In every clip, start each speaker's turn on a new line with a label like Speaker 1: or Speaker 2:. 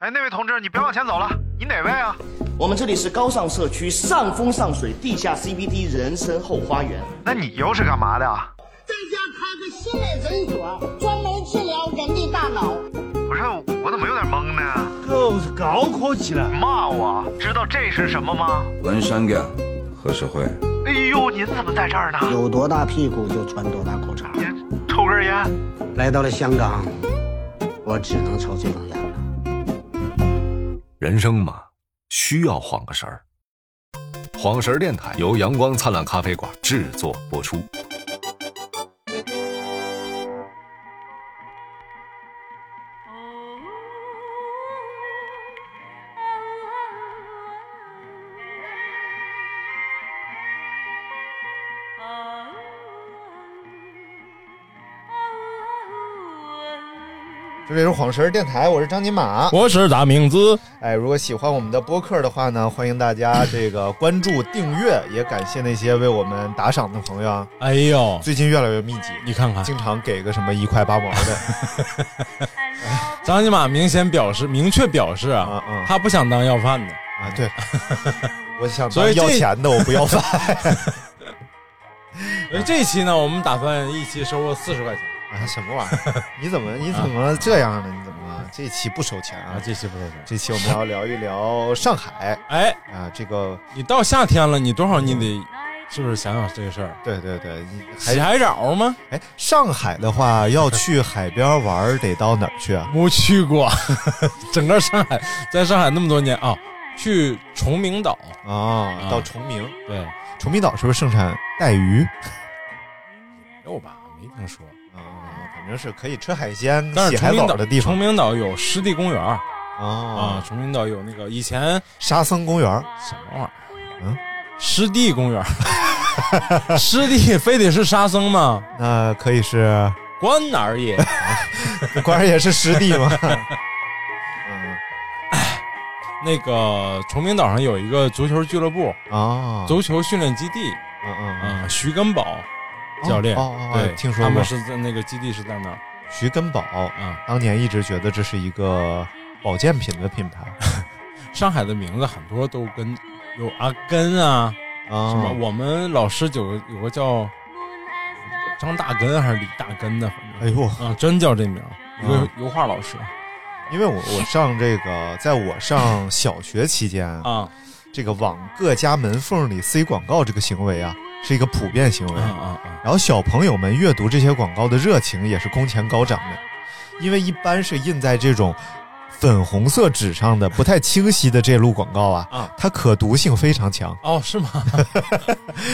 Speaker 1: 哎，那位同志，你别往前走了，你哪位啊？
Speaker 2: 我们这里是高尚社区上风上水地下 CBD 人生后花园。
Speaker 1: 那你又是干嘛的啊？
Speaker 3: 在家开个心理诊所，专门治疗人的大脑。
Speaker 1: 不是，我怎么有点懵呢？
Speaker 4: 就是高科技了。
Speaker 1: 骂我？知道这是什么吗？
Speaker 5: 文山干黑社会，
Speaker 1: 哎呦，您怎么在这儿呢？
Speaker 6: 有多大屁股就穿多大裤衩。
Speaker 1: 您抽根烟。
Speaker 6: 来到了香港，我只能抽这种烟了。
Speaker 7: 人生嘛，需要晃个神儿。晃神儿电台由阳光灿烂咖啡馆制作播出。
Speaker 8: 这里是晃神儿电台，我是张金马。
Speaker 9: 我是大明子，
Speaker 8: 哎，如果喜欢我们的播客的话呢，欢迎大家这个关注、订阅，也感谢那些为我们打赏的朋友啊。
Speaker 9: 哎呦，哎
Speaker 8: 最近越来越密集，
Speaker 9: 你看看
Speaker 8: 经常给个什么一块八毛 的，
Speaker 9: 张金马明显表示，明确表示啊，
Speaker 8: 嗯嗯
Speaker 9: 他不想当要饭的。
Speaker 8: 啊，对，我想
Speaker 9: 所以这
Speaker 8: 啊要钱的，我不要饭。
Speaker 9: 所以 这期呢，我们打算一期收获四十块钱
Speaker 8: 啊，什么玩意儿？你 怎么你怎么这样呢？你怎么这期不收钱
Speaker 9: 啊
Speaker 8: 啊，？
Speaker 9: 这期不收钱。
Speaker 8: 这期我们 要聊一聊上海
Speaker 9: 哎，
Speaker 8: 啊，这个嗯
Speaker 9: 你到夏天了，你多少你得是不是想想这个事儿？
Speaker 8: 对对对，你还
Speaker 9: 洗海澡吗？
Speaker 8: 哎，上海的话要去海边玩儿得到哪儿去啊？
Speaker 9: 没去过，整个上海，在上海那么多年啊，去崇明岛，
Speaker 8: 啊，到崇明，
Speaker 9: 对，
Speaker 8: 崇明岛是不是盛产带鱼？
Speaker 9: 有吧？没听说。
Speaker 8: 啊，反正是可以吃海鲜、
Speaker 9: 嗯但
Speaker 8: 洗
Speaker 9: 是
Speaker 8: 海
Speaker 9: 崇明
Speaker 8: 澡
Speaker 9: 岛
Speaker 8: 的地
Speaker 9: 崇
Speaker 8: 方
Speaker 9: 明岛有湿地公园儿啊
Speaker 8: 啊，，
Speaker 9: 崇明岛有那个以前
Speaker 8: 沙僧公园
Speaker 9: 什么玩意儿？
Speaker 8: 嗯，
Speaker 9: 湿地公园儿， 湿地非得是沙僧吗？
Speaker 8: 那可以是
Speaker 9: 关哪儿 也。
Speaker 8: 官儿也是湿地 嘛。嗯
Speaker 9: 那个崇明岛上有一个足球俱乐部、
Speaker 8: 啊，
Speaker 9: 足球训练基地
Speaker 8: 嗯嗯嗯，
Speaker 9: 啊、徐根宝教练，
Speaker 8: 哦哦哦
Speaker 9: 对，
Speaker 8: 听说
Speaker 9: 他
Speaker 8: 过
Speaker 9: 们是在那个基地是在那儿
Speaker 8: 徐根宝
Speaker 9: 啊、
Speaker 8: 当年一直觉得这是一个保健品的品牌
Speaker 9: 上海的名字很多都跟有阿根啊，什么、
Speaker 8: 啊。
Speaker 9: 我们老师有个有个叫张大根还是李大根的，反正
Speaker 8: 哎呦，
Speaker 9: 啊，真叫这名儿，一个
Speaker 8: 啊
Speaker 9: 油画老师
Speaker 8: 因为我我上这个，在我上小学期间啊
Speaker 9: 啊
Speaker 8: 这个往各家门缝里塞广告这个行为啊，是一个普遍行为。
Speaker 9: 啊啊啊，
Speaker 8: 然后小朋友们阅读这些广告的热情也是空前高涨的，因为一般是印在这种粉红色纸上的不太清晰的这路广告啊，
Speaker 9: 啊
Speaker 8: 它可读性非常强。
Speaker 9: 哦是 吗？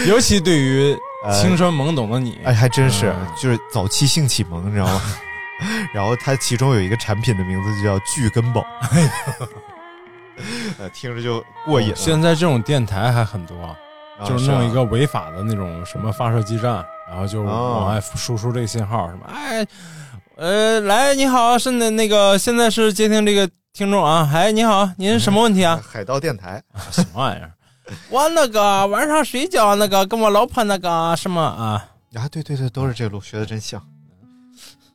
Speaker 9: 尤其对于
Speaker 8: 呃
Speaker 9: 青春懵懂的你，
Speaker 8: 哎，还真是
Speaker 9: 嗯，
Speaker 8: 就是早期性启蒙，你知道 吗？然后它其中有一个产品的名字就叫聚根宝，
Speaker 9: 哎
Speaker 8: 呃，听着就过瘾了。
Speaker 9: 哦现在这种电台还很多，
Speaker 8: 啊
Speaker 9: 就是弄一
Speaker 8: 啊
Speaker 9: 个违法的那种什么发射基站，然后就
Speaker 8: 哦
Speaker 9: 往外输出这个信号，什么哎，呃，来你好，是那那个现在是接听这个听众啊，哎你好，您什么问题啊？
Speaker 8: 呃海盗电台，
Speaker 9: 哎什么玩意儿？ 我那个晚上睡觉那个跟我老婆那个什么啊，
Speaker 8: 啊，对对对，都是这路，学的真像。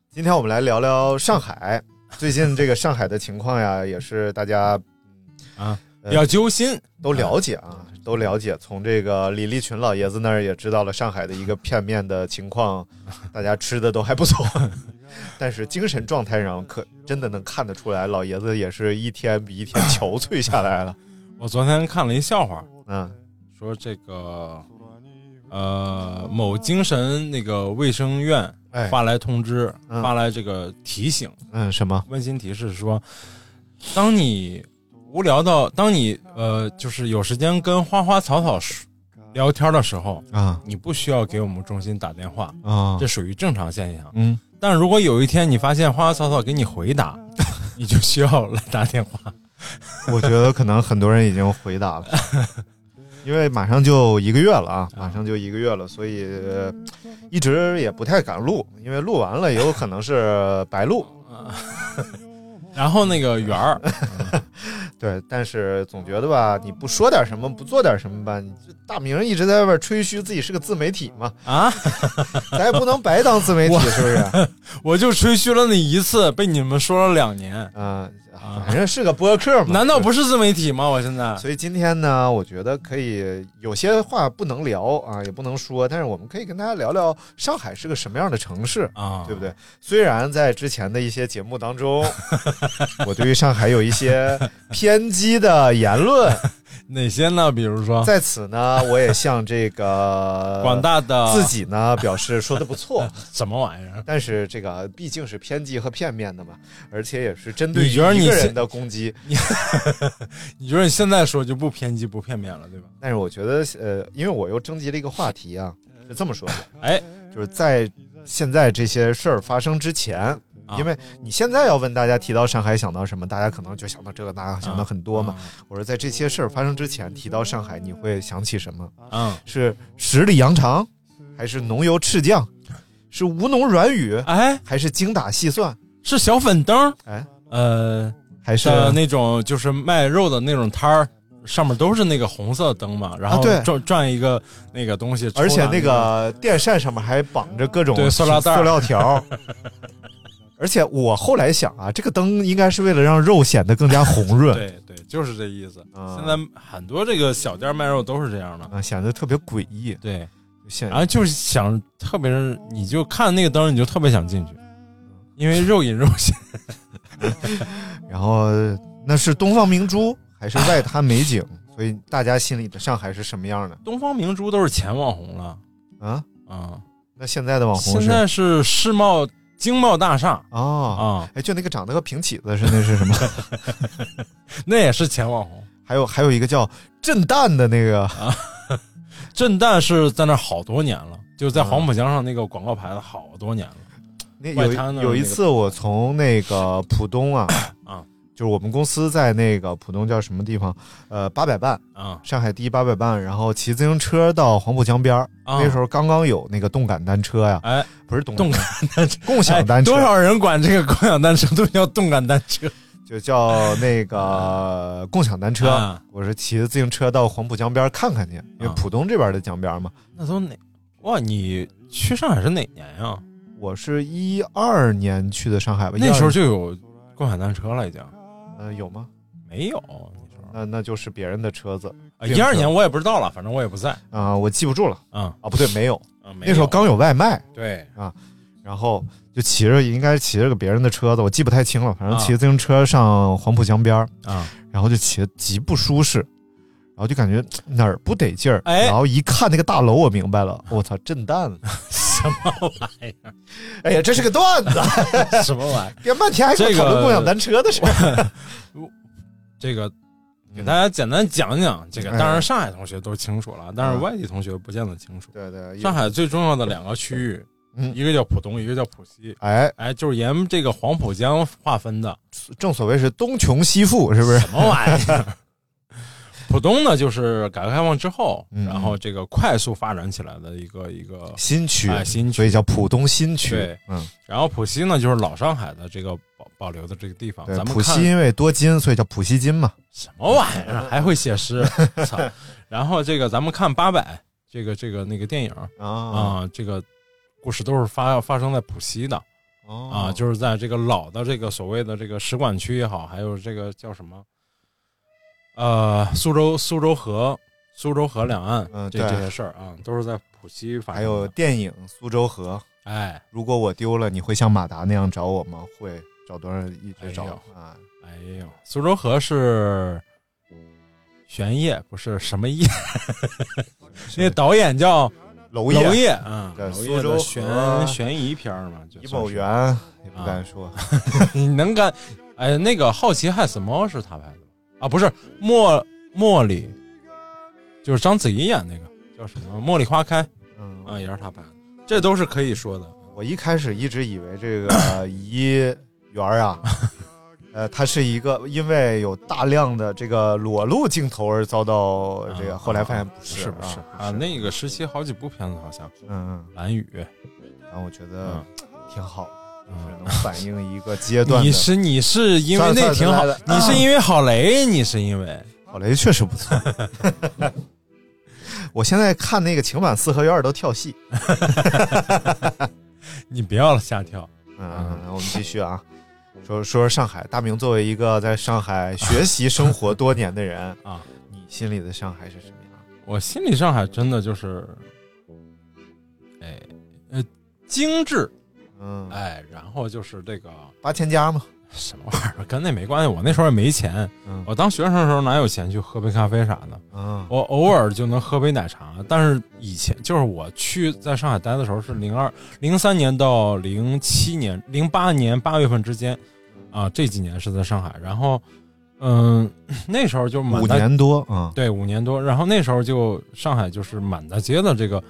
Speaker 8: 今天我们来聊聊上海，最近这个上海的情况呀，也是大家
Speaker 9: 啊
Speaker 8: 呃
Speaker 9: 比较揪心，
Speaker 8: 都了解啊，都了解。从这个李立群老爷子那儿也知道了上海的一个片面的情况，大家吃的都还不错， 但是精神状态上可真的能看得出来，老爷子也是一天比一天憔悴下来了。
Speaker 9: 我昨天看了一笑话，
Speaker 8: 嗯
Speaker 9: 说这个呃某精神那个卫生院
Speaker 8: 哎
Speaker 9: 发来通知，
Speaker 8: 嗯
Speaker 9: 发来这个提醒。
Speaker 8: 嗯，什么？
Speaker 9: 温馨提示说，当你无聊到，当你呃，就是有时间跟花花草草说聊天的时候，
Speaker 8: 啊
Speaker 9: 你不需要给我们中心打电话，
Speaker 8: 啊
Speaker 9: 这属于正常现象。
Speaker 8: 嗯，
Speaker 9: 但如果有一天你发现花花草草给你回答， 你就需要来打电话。
Speaker 8: 我觉得可能很多人已经回答了，因为马上就一个月了啊，马上就一个月了，所以呃一直也不太敢录，因为录完了也有可能是白录。
Speaker 9: 然后那个圆儿，
Speaker 8: 对，但是总觉得吧，你不说点什么，不做点什么吧，你这大明一直在外边吹嘘自己是个自媒体嘛，
Speaker 9: 啊，
Speaker 8: 咱也不 能白当自媒体，是不是？啊
Speaker 9: 我就吹嘘了你一次，被你们说了两年。
Speaker 8: 嗯、
Speaker 9: 啊
Speaker 8: 反正是个播客嘛。
Speaker 9: 难道不是自媒体吗？我现在
Speaker 8: 所以今天呢，我觉得可以有些话不能聊啊，也不能说，但是我们可以跟大家聊聊上海是个什么样的城市，
Speaker 9: 啊，
Speaker 8: 对不对？虽然在之前的一些节目当中， 我对于上海有一些偏激的 言论，
Speaker 9: 哪些呢？比如说
Speaker 8: 在此呢，我也向这个
Speaker 9: 广大的
Speaker 8: 自己呢表示说的不错，
Speaker 9: 什么玩意儿？
Speaker 8: 但是这个毕竟是偏激和片面的嘛，而且也是针对于
Speaker 9: 你觉得你
Speaker 8: 一个
Speaker 9: 现
Speaker 8: 人的攻击。
Speaker 9: 你觉得你现在说就不偏激不片面了，对吧？
Speaker 8: 但是我觉得，呃，因为我又征集了一个话题啊，是这么说的，
Speaker 9: 哎，
Speaker 8: 就是在现在这些事儿发生之前，
Speaker 9: 啊
Speaker 8: 因为你现在要问大家提到上海想到什么，大家可能就想到这个
Speaker 9: 啊
Speaker 8: 那个，想到很多嘛。我说在这些事儿发生之前提到上海，你会想起什么？
Speaker 9: 嗯，
Speaker 8: 是十里洋肠，还是浓油赤酱？是吴侬软语，
Speaker 9: 哎，
Speaker 8: 还是精打细算？
Speaker 9: 是小粉灯，
Speaker 8: 哎，
Speaker 9: 呃
Speaker 8: 还是啊
Speaker 9: 的那种就是卖肉的那种摊儿。上面都是那个红色的灯嘛，然后
Speaker 8: 啊对
Speaker 9: 转、转一个那个东西，
Speaker 8: 而且
Speaker 9: 抽
Speaker 8: 那
Speaker 9: 拿
Speaker 8: 个电扇上面还绑着各种
Speaker 9: 对塑料袋儿
Speaker 8: 塑 料条。而且我后来想啊，这个灯应该是为了让肉显得更加红润，
Speaker 9: 对对，就是这意思。
Speaker 8: 啊
Speaker 9: 现在很多这个小店卖肉都是这样的。
Speaker 8: 啊，显得特别诡异。
Speaker 9: 对，
Speaker 8: 显
Speaker 9: 然后就是想，特别是你就看那个灯，你就特别想进去，因为肉饮肉鲜。
Speaker 8: 然后那是东方明珠还是外滩美景？所以大家心里的上海是什么样的
Speaker 9: 东方明珠都是前网红了
Speaker 8: 啊？
Speaker 9: 啊、
Speaker 8: 那现在的网红
Speaker 9: 现
Speaker 8: 是
Speaker 9: 在是世贸经贸大厦
Speaker 8: 哦，
Speaker 9: 啊、
Speaker 8: 哎，就那个长得和平起子似的，那是什么？
Speaker 9: 那也是前网红。
Speaker 8: 还有还有一个叫震旦的那个，
Speaker 9: 啊震旦是在那儿好多年了，就在黄
Speaker 8: 嗯
Speaker 9: 浦江上那个广告牌子好多年了。
Speaker 8: 那
Speaker 9: 外
Speaker 8: 有一
Speaker 9: 滩的
Speaker 8: 有一
Speaker 9: 那个
Speaker 8: 次我从那个浦东啊
Speaker 9: 啊，
Speaker 8: 就是我们公司在那个浦东叫什么地方？呃，八佰伴，
Speaker 9: 啊、
Speaker 8: 上海第一八佰伴，然后骑自行车到黄浦江边儿、
Speaker 9: 啊
Speaker 8: 那时候刚刚有那个动感单车呀，
Speaker 9: 哎，
Speaker 8: 不是动
Speaker 9: 动
Speaker 8: 感
Speaker 9: 感单车，
Speaker 8: 共享单车，
Speaker 9: 哎多少人管这个共享单车都叫动感单车
Speaker 8: 就叫那个共享 单车。
Speaker 9: 啊
Speaker 8: 我是骑着自行车到黄浦江边儿看看去，因为浦东这边的江边儿嘛。
Speaker 9: 那都哪？哇，你去上海是哪年呀、
Speaker 8: 我是一二年去的上海吧，
Speaker 9: 那时候
Speaker 8: 12
Speaker 9: 就有共享单车了，已经
Speaker 8: 呃有吗？
Speaker 9: 没有。那时候
Speaker 8: 那那就是别人的车子
Speaker 9: 啊，
Speaker 8: 电
Speaker 9: 一
Speaker 8: 车
Speaker 9: 二年我也不知道了，反正我也不在。
Speaker 8: 啊、我记不住了
Speaker 9: 啊、
Speaker 8: 啊，不对，没有。
Speaker 9: 啊，没有
Speaker 8: 那时候刚有外卖，
Speaker 9: 对
Speaker 8: 然后就骑着应该骑着个别人的车子，我记不太清了，反正
Speaker 9: 啊
Speaker 8: 骑自行车上黄浦江边儿，
Speaker 9: 啊，
Speaker 8: 然后就骑得极不舒适，然后就感觉嘖哪儿不得劲儿，
Speaker 9: 哎
Speaker 8: 然后一看那个大楼，我明 白了，我操，震旦了，
Speaker 9: 什么玩意
Speaker 8: 哎呀，这是个 段子，
Speaker 9: 儿？什么玩意儿？
Speaker 8: 编半天还
Speaker 9: 这个
Speaker 8: 讨论共享单车的事儿，嗯
Speaker 9: 这个给大家简单讲讲。这个
Speaker 8: 哎
Speaker 9: 当然上海同学都清楚了，但
Speaker 8: 嗯
Speaker 9: 是外地同学不见得清楚。
Speaker 8: 对对，
Speaker 9: 上海最重要的两个区域，
Speaker 8: 嗯
Speaker 9: 一个叫浦东，一个叫浦西。
Speaker 8: 哎，
Speaker 9: 哎，就是沿这个黄浦江划分 的，
Speaker 8: 正所谓是东穷西富，是不是？
Speaker 9: 什么玩意儿？浦东呢，就是改革开放之后，
Speaker 8: 嗯
Speaker 9: 然后这个快速发展起来的一个一个
Speaker 8: 新区，
Speaker 9: 哎新区
Speaker 8: 所以叫浦东新区。
Speaker 9: 对
Speaker 8: 嗯，
Speaker 9: 然后浦西呢，就是老上海的这个保保留的这个地方。
Speaker 8: 对
Speaker 9: 咱，们
Speaker 8: 浦
Speaker 9: 看
Speaker 8: 西因为多金，所以叫浦西金嘛。
Speaker 9: 什么玩意儿，还会写诗， 操！然后这个咱们看八佰这个这个那个电影啊、
Speaker 8: 啊
Speaker 9: 这个故事都是发发生在浦西的啊、
Speaker 8: 哦
Speaker 9: 就是在这个老的这个所谓的这个使馆区也好，还有这个叫什么，呃，苏州苏州河苏州河两岸、
Speaker 8: 嗯
Speaker 9: 这
Speaker 8: 对
Speaker 9: 这些事儿啊，都是在浦西发
Speaker 8: 还
Speaker 9: 生的。
Speaker 8: 有电影《苏州河》，
Speaker 9: 哎
Speaker 8: 如果我丢了，你会像马达那样找我吗？会找多少人一直找、
Speaker 9: 哎
Speaker 8: 啊？
Speaker 9: 哎呦，苏州河是玄烨，不是什么 烨， 那导演叫。娄
Speaker 8: 娄烨、
Speaker 9: 烨啊，
Speaker 8: 对
Speaker 9: 娄
Speaker 8: 苏
Speaker 9: 烨
Speaker 8: 州
Speaker 9: 的
Speaker 8: 河
Speaker 9: 悬悬疑片儿嘛，就
Speaker 8: 李
Speaker 9: 算
Speaker 8: 某
Speaker 9: 是，
Speaker 8: 元也不敢说，
Speaker 9: 啊你能干？哎，那个《好奇害死猫》是他拍的吗啊？不是，茉茉莉，就是章子怡演那个叫什么《茉莉花开》啊，
Speaker 8: 嗯，
Speaker 9: 也是他拍的，这都是可以说的。
Speaker 8: 我一开始一直以为这个怡园 啊，呃，它是一个因为有大量的这个裸露镜头而遭到这个，
Speaker 9: 啊
Speaker 8: 后来发现不
Speaker 9: 不
Speaker 8: 是，
Speaker 9: 不是啊
Speaker 8: 啊？，
Speaker 9: 那个时期好几部片子好像，
Speaker 8: 嗯嗯，
Speaker 9: 《蓝雨
Speaker 8: 然后我觉得挺好，就》是
Speaker 9: 嗯。
Speaker 8: 能反映一个阶段的
Speaker 9: 你。是你是因为
Speaker 8: 算了
Speaker 9: 那挺好
Speaker 8: 算了，
Speaker 9: 你是因为郝雷，你是因为
Speaker 8: 郝雷确实不错。 我现在看那个情版四合院都跳戏。
Speaker 9: 你不要瞎跳
Speaker 8: 嗯，嗯嗯我们继续啊。说说说上海，大明作为一个在上海学习生活多年的人
Speaker 9: 啊，
Speaker 8: 你心里的上海是什么样？
Speaker 9: 我心里上海真的就是，哎呃精致，
Speaker 8: 嗯，
Speaker 9: 哎，然后就是这个
Speaker 8: 八千家嘛，
Speaker 9: 什么玩意儿，跟那没关系。我那时候也没钱，
Speaker 8: 嗯
Speaker 9: 我当学生的时候哪有钱去喝杯咖啡啥的？
Speaker 8: 嗯
Speaker 9: 我偶尔就能喝杯奶茶，但是以前就是我去在上海待的时候是零二零三年到零七年零八年八月份之间，啊，这几年是在上海。然后，嗯， 那时候就满
Speaker 8: 五
Speaker 9: 大
Speaker 8: 年多啊，
Speaker 9: 对五年多，然后那时候就上海就是满大街的这个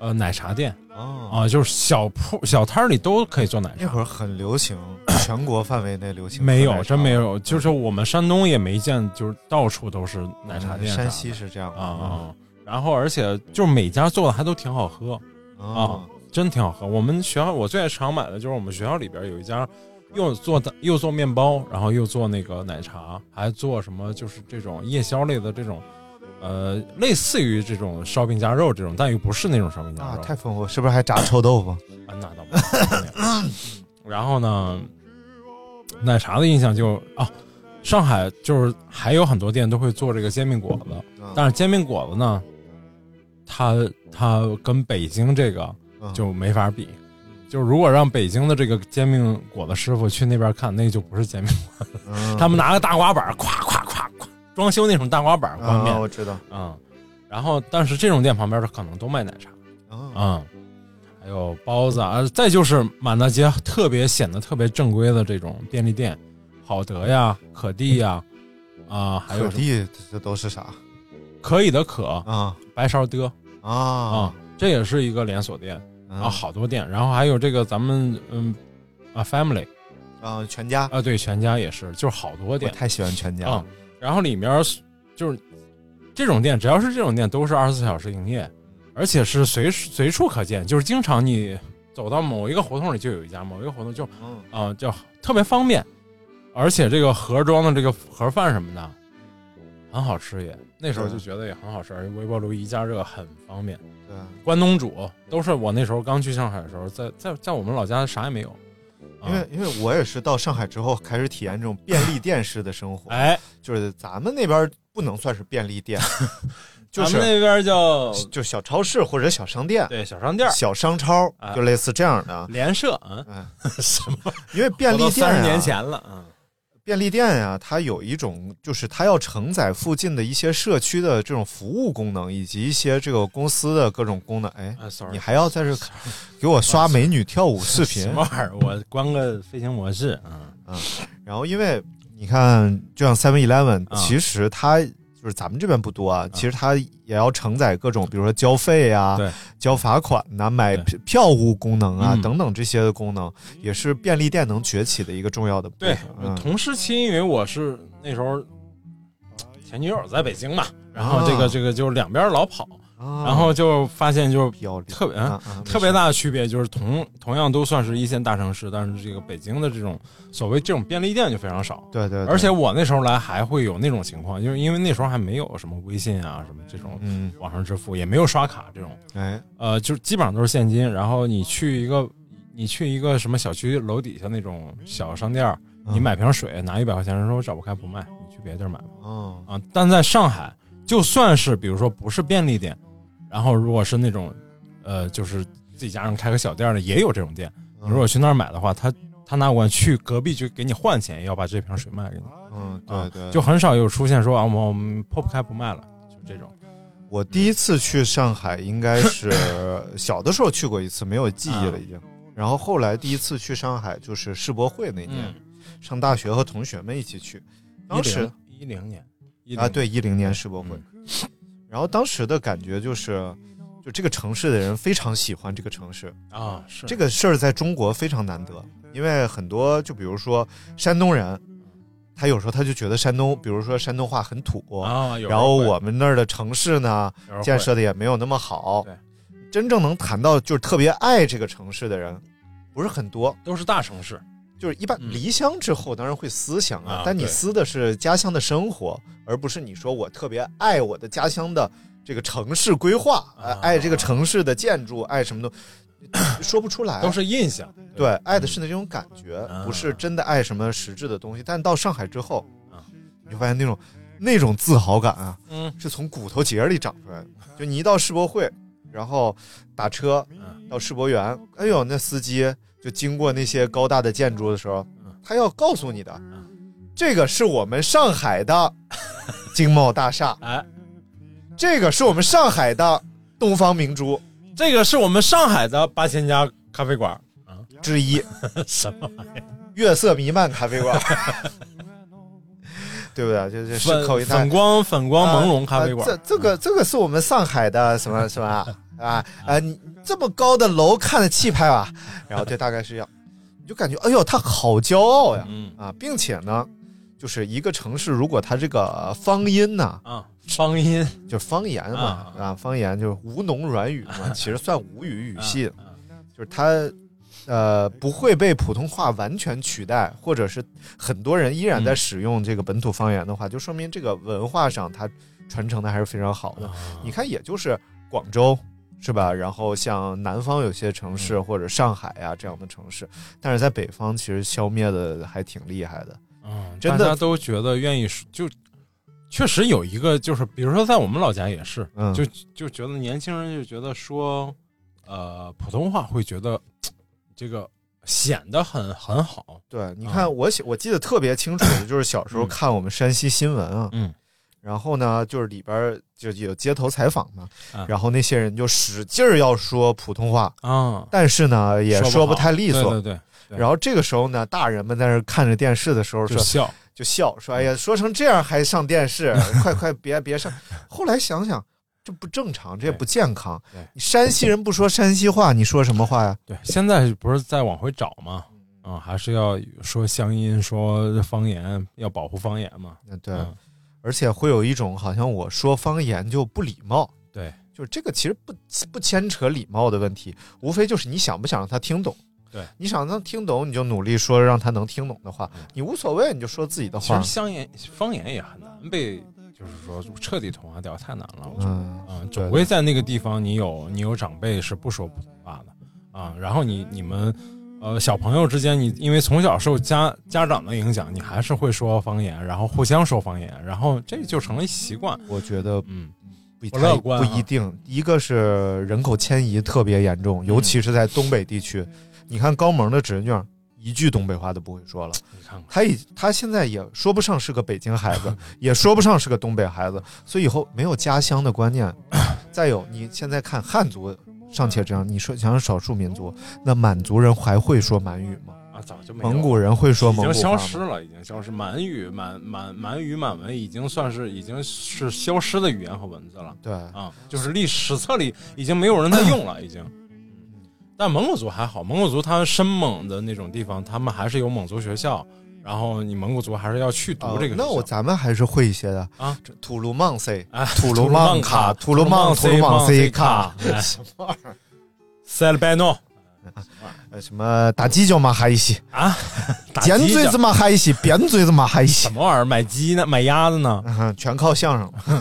Speaker 9: 呃奶茶店
Speaker 8: 啊，
Speaker 9: 啊，就是小铺小摊儿里都可以做奶
Speaker 8: 那
Speaker 9: 茶。
Speaker 8: 会儿很流行，全国范围内流行，
Speaker 9: 没有，真没，有，就是
Speaker 8: 嗯
Speaker 9: 我们山东也没见，就是到处都是奶茶店啥的。
Speaker 8: 山西是这样的嗯
Speaker 9: 啊啊！然后而且就是每家做的还都挺好喝，
Speaker 8: 啊
Speaker 9: 真挺好喝。我们学校我最爱常买的就是我们学校里边有一家，又做的又做面包，然后又做那个奶茶，还做什么就是这种夜宵类的这种，呃，类似于这种烧饼夹肉这种，但又不是那种烧饼夹
Speaker 8: 啊，
Speaker 9: 肉。
Speaker 8: 太丰富，是不是还炸臭豆腐？
Speaker 9: 啊，那倒没有。然后呢，奶茶的印象就啊，上海就是还有很多店都会做这个煎饼果子，
Speaker 8: 嗯
Speaker 9: 但是煎饼果子呢，它它跟北京这个
Speaker 8: 嗯
Speaker 9: 就没法比。就如果让北京的这个煎饼果子师傅去那边看，那就不是煎饼，
Speaker 8: 嗯
Speaker 9: 他们拿个大刮板，咵咵咵咵，装修那种大刮板光面
Speaker 8: 啊，，我知道
Speaker 9: 嗯，然后但是这种店旁边的可能都卖奶茶，
Speaker 8: 啊，
Speaker 9: 啊、还有包子啊，再就是满大街特别显得特别正规的这种便利店，好德呀、可地呀，啊，还
Speaker 8: 可
Speaker 9: 有什么
Speaker 8: 地这都是啥
Speaker 9: 可以的可、
Speaker 8: 啊
Speaker 9: 白勺的
Speaker 8: 啊
Speaker 9: 啊，这也是一个连锁店啊，
Speaker 8: 啊
Speaker 9: 好多店，然后还有这个咱们嗯啊 family
Speaker 8: 啊，全家，
Speaker 9: 啊，对，全家也是，就是好多
Speaker 8: 我
Speaker 9: 店
Speaker 8: 太喜欢全家
Speaker 9: 啊
Speaker 8: 了，，
Speaker 9: 然后里面就是这种店，只要是这种店都是二十四小时营业，而且是随随处可见，就是经常你走到某一个胡同里就有一家，某一个胡同就
Speaker 8: 嗯
Speaker 9: 啊、就特别方便，而且这个盒装的这个盒饭什么的很好吃也，那时候
Speaker 8: 嗯
Speaker 9: 就觉得也很好吃，而且微波炉一加热很方便。
Speaker 8: 对，
Speaker 9: 关东煮都是我那时候刚去上海的时候，在在在我们老家啥也没有，啊
Speaker 8: 因为因为我也是到上海之后开始体验这种便利店式的生活，
Speaker 9: 哎，
Speaker 8: 就是咱们那边不能算是便 利店，就
Speaker 9: 咱们
Speaker 8: 是
Speaker 9: 那边叫
Speaker 8: 就小超市或者小商店、
Speaker 9: 对小商店儿
Speaker 8: 小商超
Speaker 9: 哎，
Speaker 8: 就类似这样的。
Speaker 9: 联社，嗯，
Speaker 8: 嗯，
Speaker 9: 什么？
Speaker 8: 因为便利店
Speaker 9: 三十年
Speaker 8: 啊，
Speaker 9: 前了，嗯，
Speaker 8: 便利店呀、它有一种就是它要承载附近的一些社区的这种服务功能，以及一些这个公司的各种功能。哎，
Speaker 9: 啊，sorry，
Speaker 8: 你还要在 这给我刷美女跳舞视频
Speaker 9: 什么玩意儿？我关个飞行模式，嗯，
Speaker 8: 然后因为你看，就像 Seven Eleven，、
Speaker 9: 啊
Speaker 8: 其实它就是咱们这边不多啊，其实它也要承载各种，比如说交费啊
Speaker 9: 嗯对、
Speaker 8: 交罚款呐、买
Speaker 9: 对
Speaker 8: 票务功能啊、
Speaker 9: 嗯
Speaker 8: 等等这些的功能，也是便利店能崛起的一个重要的部分
Speaker 9: 对。，
Speaker 8: 嗯
Speaker 9: 同时期因为我是那时候呃前女友在北京嘛，然后
Speaker 8: 啊
Speaker 9: 这个这个就两边老跑，
Speaker 8: 啊
Speaker 9: 然后就发现就
Speaker 8: 标准
Speaker 9: 特别嗯
Speaker 8: 啊啊
Speaker 9: 特别大的区别就是同同样都算是一线大城市，但是这个北京的这种所谓这种便利店就非常少。
Speaker 8: 对对，对
Speaker 9: 而且我那时候来还会有那种情况，就是因为那时候还没有什么微信啊什么这种
Speaker 8: 嗯，
Speaker 9: 网上支付，也没有刷卡这种，
Speaker 8: 哎，
Speaker 9: 呃，就是基本上都是现金。然后你去一个，你去一个什么小区楼底下那种小商店儿，
Speaker 8: 嗯
Speaker 9: 你买瓶水拿一百块钱，人说我找不开不卖，你去别地儿买吧。
Speaker 8: 嗯
Speaker 9: 啊，但在上海，就算是比如说不是便利店，然后如果是那种，呃，就是自己家人开个小店儿的，也有这种店。
Speaker 8: 嗯
Speaker 9: 你如果去那儿买的话，他他拿我去隔壁去给你换钱，也要把这瓶水卖给你。
Speaker 8: 嗯，
Speaker 9: 啊
Speaker 8: 对对，
Speaker 9: 就很少有出现说啊，我我们破不开不卖了，就这种。
Speaker 8: 我第一次去上海应该是 小的时候去过一次，没有记忆
Speaker 9: 啊
Speaker 8: 了已经。然后后来第一次去上海就是世博会那年，
Speaker 9: 嗯
Speaker 8: 上大学和同学们一起去，当时
Speaker 9: 一零年10
Speaker 8: 啊对一零年世博会
Speaker 9: 嗯，
Speaker 8: 然后当时的感觉就是，就这个城市的人非常喜欢这个城市，
Speaker 9: 啊是
Speaker 8: 这个事儿在中国非常难得，因为很多就比如说山东人，他有时候他就觉得山东，比如说山东话很土，
Speaker 9: 啊，有人
Speaker 8: 然后
Speaker 9: 会
Speaker 8: 我们那儿的城市呢。
Speaker 9: 有人会
Speaker 8: 建设的也没有那么好。
Speaker 9: 对，
Speaker 8: 真正能谈到就是特别爱这个城市的人，不是很多。
Speaker 9: 都是大城市，
Speaker 8: 就是一般
Speaker 9: 嗯
Speaker 8: 离乡之后，当然会思想啊，
Speaker 9: 啊
Speaker 8: 但你
Speaker 9: 对
Speaker 8: 思的是家乡的生活，而不是你说我特别爱我的家乡的这个城市规划，呃
Speaker 9: 啊
Speaker 8: 爱这个城市的建筑，爱什么的。 说不出来，啊
Speaker 9: 都是印象。
Speaker 8: 对爱的是那种感觉，
Speaker 9: 嗯
Speaker 8: 不是真的爱什么实质的东西。但到上海之后
Speaker 9: 嗯，
Speaker 8: 你就发现那种那种自豪感啊，
Speaker 9: 嗯
Speaker 8: 是从骨头节里长出来的。就你一到世博会，然后打车
Speaker 9: 嗯
Speaker 8: 到世博园，哎呦，那司机就经过那些高大的建筑的时候
Speaker 9: 嗯，
Speaker 8: 他要告诉你的，这个是我们上海的经贸大厦，
Speaker 9: 哎，
Speaker 8: 这个是我们上海的东方明珠
Speaker 9: 这个是我们上海的八千家咖啡馆，
Speaker 8: 之 一。
Speaker 9: 什么玩意儿
Speaker 8: 月色弥漫咖 啡馆，对不对？就就是口音
Speaker 9: 粉
Speaker 8: 太
Speaker 9: 粉光粉光朦胧咖啡馆，嗯
Speaker 8: 啊啊这这个这个是我们上海的什 么什么啊啊啊！你这么高的楼看着气派吧？然后这大概是这样，你就感觉哎呦，他好骄傲呀
Speaker 9: 嗯
Speaker 8: 啊！并且呢，就是一个城市，如果它这个方音呢、
Speaker 9: 啊，方音
Speaker 8: 就是方言嘛
Speaker 9: 啊
Speaker 8: 啊，方言就是吴侬软语 嘛，其实算吴语语系，
Speaker 9: 啊啊
Speaker 8: 就是它。呃，不会被普通话完全取代，或者是很多人依然在
Speaker 9: 嗯
Speaker 8: 使用这个本土方言的话，就说明这个文化上它传承的还是非常好
Speaker 9: 嗯
Speaker 8: 的。啊
Speaker 9: 啊
Speaker 8: 你看，也就是广州是吧？然后像南方有些城
Speaker 9: 嗯
Speaker 8: 市、或者上海啊这样的城市，但是在北方其实消灭的还挺厉害的。
Speaker 9: 嗯，
Speaker 8: 真
Speaker 9: 大
Speaker 8: 的
Speaker 9: 家都觉得愿意说就。确实有一个，就是比如说在我们老家也是，
Speaker 8: 嗯
Speaker 9: 就就觉得年轻人就觉得说，呃，普通话会觉得这个显得很很好，
Speaker 8: 对，你
Speaker 9: 啊
Speaker 8: 看我写，我记得特别清楚的就是小时候
Speaker 9: 嗯
Speaker 8: 看我们山西新闻啊，
Speaker 9: 嗯，
Speaker 8: 然后呢，就是里边儿就有街头采访嘛，
Speaker 9: 嗯
Speaker 8: 然后那些人就使劲儿要说普通话，
Speaker 9: 啊，
Speaker 8: 但是呢也
Speaker 9: 说
Speaker 8: 说
Speaker 9: 不
Speaker 8: 不
Speaker 9: 好
Speaker 8: 太利
Speaker 9: 对
Speaker 8: 索。
Speaker 9: 对对，对
Speaker 8: 然后这个时候呢，大人们在那儿看着电视的时候
Speaker 9: 就
Speaker 8: 说
Speaker 9: 笑，
Speaker 8: 就笑说：“哎呀，说成这样还上 电视，快快别别上。”后来想想，这不正常，这也不健康
Speaker 9: 对对。
Speaker 8: 你山西人不说山西话，你说什么话呀？
Speaker 9: 对，现在不是在往回找吗？嗯，还是要说乡音，说方言，要保护方言嘛。
Speaker 8: 嗯，对，
Speaker 9: 嗯
Speaker 8: 而且会有一种好像我说方言就不礼貌。
Speaker 9: 对，
Speaker 8: 就是这个其实不不牵扯礼貌的问题，无非就是你想不想让他听懂。
Speaker 9: 对，嗯
Speaker 8: 你想让他听懂，你就努力说让他能听懂的话，你无所谓，你就说自己的
Speaker 9: 其
Speaker 8: 话
Speaker 9: 实。乡言方言也很难被，就是说彻底同化掉，太难了。我觉得，
Speaker 8: 嗯，
Speaker 9: 嗯，
Speaker 8: 对
Speaker 9: 总归在那个地方，你有你有长辈是不说普通话的啊。然后你你们，呃，小朋友之间，你因为从小受家家长的影响，你还是会说方言，然后互相说方言，然后这就成了一习惯。
Speaker 8: 我觉得
Speaker 9: 嗯，
Speaker 8: 不
Speaker 9: 不乐观啊
Speaker 8: 不一定。一个是人口迁移特别严重，
Speaker 9: 嗯
Speaker 8: 尤其是在东北地区。你看高萌的侄女儿，一句东北话都不会说了，
Speaker 9: 你看看，
Speaker 8: 她已她现在也说不上是个北 京孩子，也说不上是个东北孩子，所以以后没有家乡的 观念。再有，你现在看汉族尚且这样，你说想想少数民族，那满族人还会说满语吗？
Speaker 9: 啊，早就没有了
Speaker 8: 蒙古人会说
Speaker 9: 已
Speaker 8: 蒙古
Speaker 9: 经
Speaker 8: 话
Speaker 9: 消
Speaker 8: 吗
Speaker 9: 失了，已经消失。满语、满满满语、满文已经算是已经是消失的语言和文字了
Speaker 8: 对，
Speaker 9: 啊，就是历史册里已经没有人在用了，已经。但蒙古族还好，蒙古族他深蒙的那种地方，他们还是有蒙族学校，然后你蒙古族还是要去读
Speaker 8: 啊
Speaker 9: 这个学校。
Speaker 8: 那我咱们还是会一些的
Speaker 9: 啊，
Speaker 8: 这吐鲁曼 C
Speaker 9: 啊，
Speaker 8: 吐鲁曼卡
Speaker 9: 吐
Speaker 8: 吐
Speaker 9: 鲁
Speaker 8: 鲁
Speaker 9: 曼
Speaker 8: 曼
Speaker 9: 卡
Speaker 8: 吐鲁曼
Speaker 9: C
Speaker 8: 卡，
Speaker 9: 哎
Speaker 8: 什么玩意儿？
Speaker 9: 塞勒拜诺
Speaker 8: 呃，什么打鸡脚嘛还一起，
Speaker 9: 啊，打
Speaker 8: 尖
Speaker 9: 鸡
Speaker 8: 嘴
Speaker 9: 叫
Speaker 8: 子嘛还一起，扁嘴子嘛还一起
Speaker 9: 什，么玩意儿？买鸡呢？买鸭子呢？
Speaker 8: 嗯全靠相声。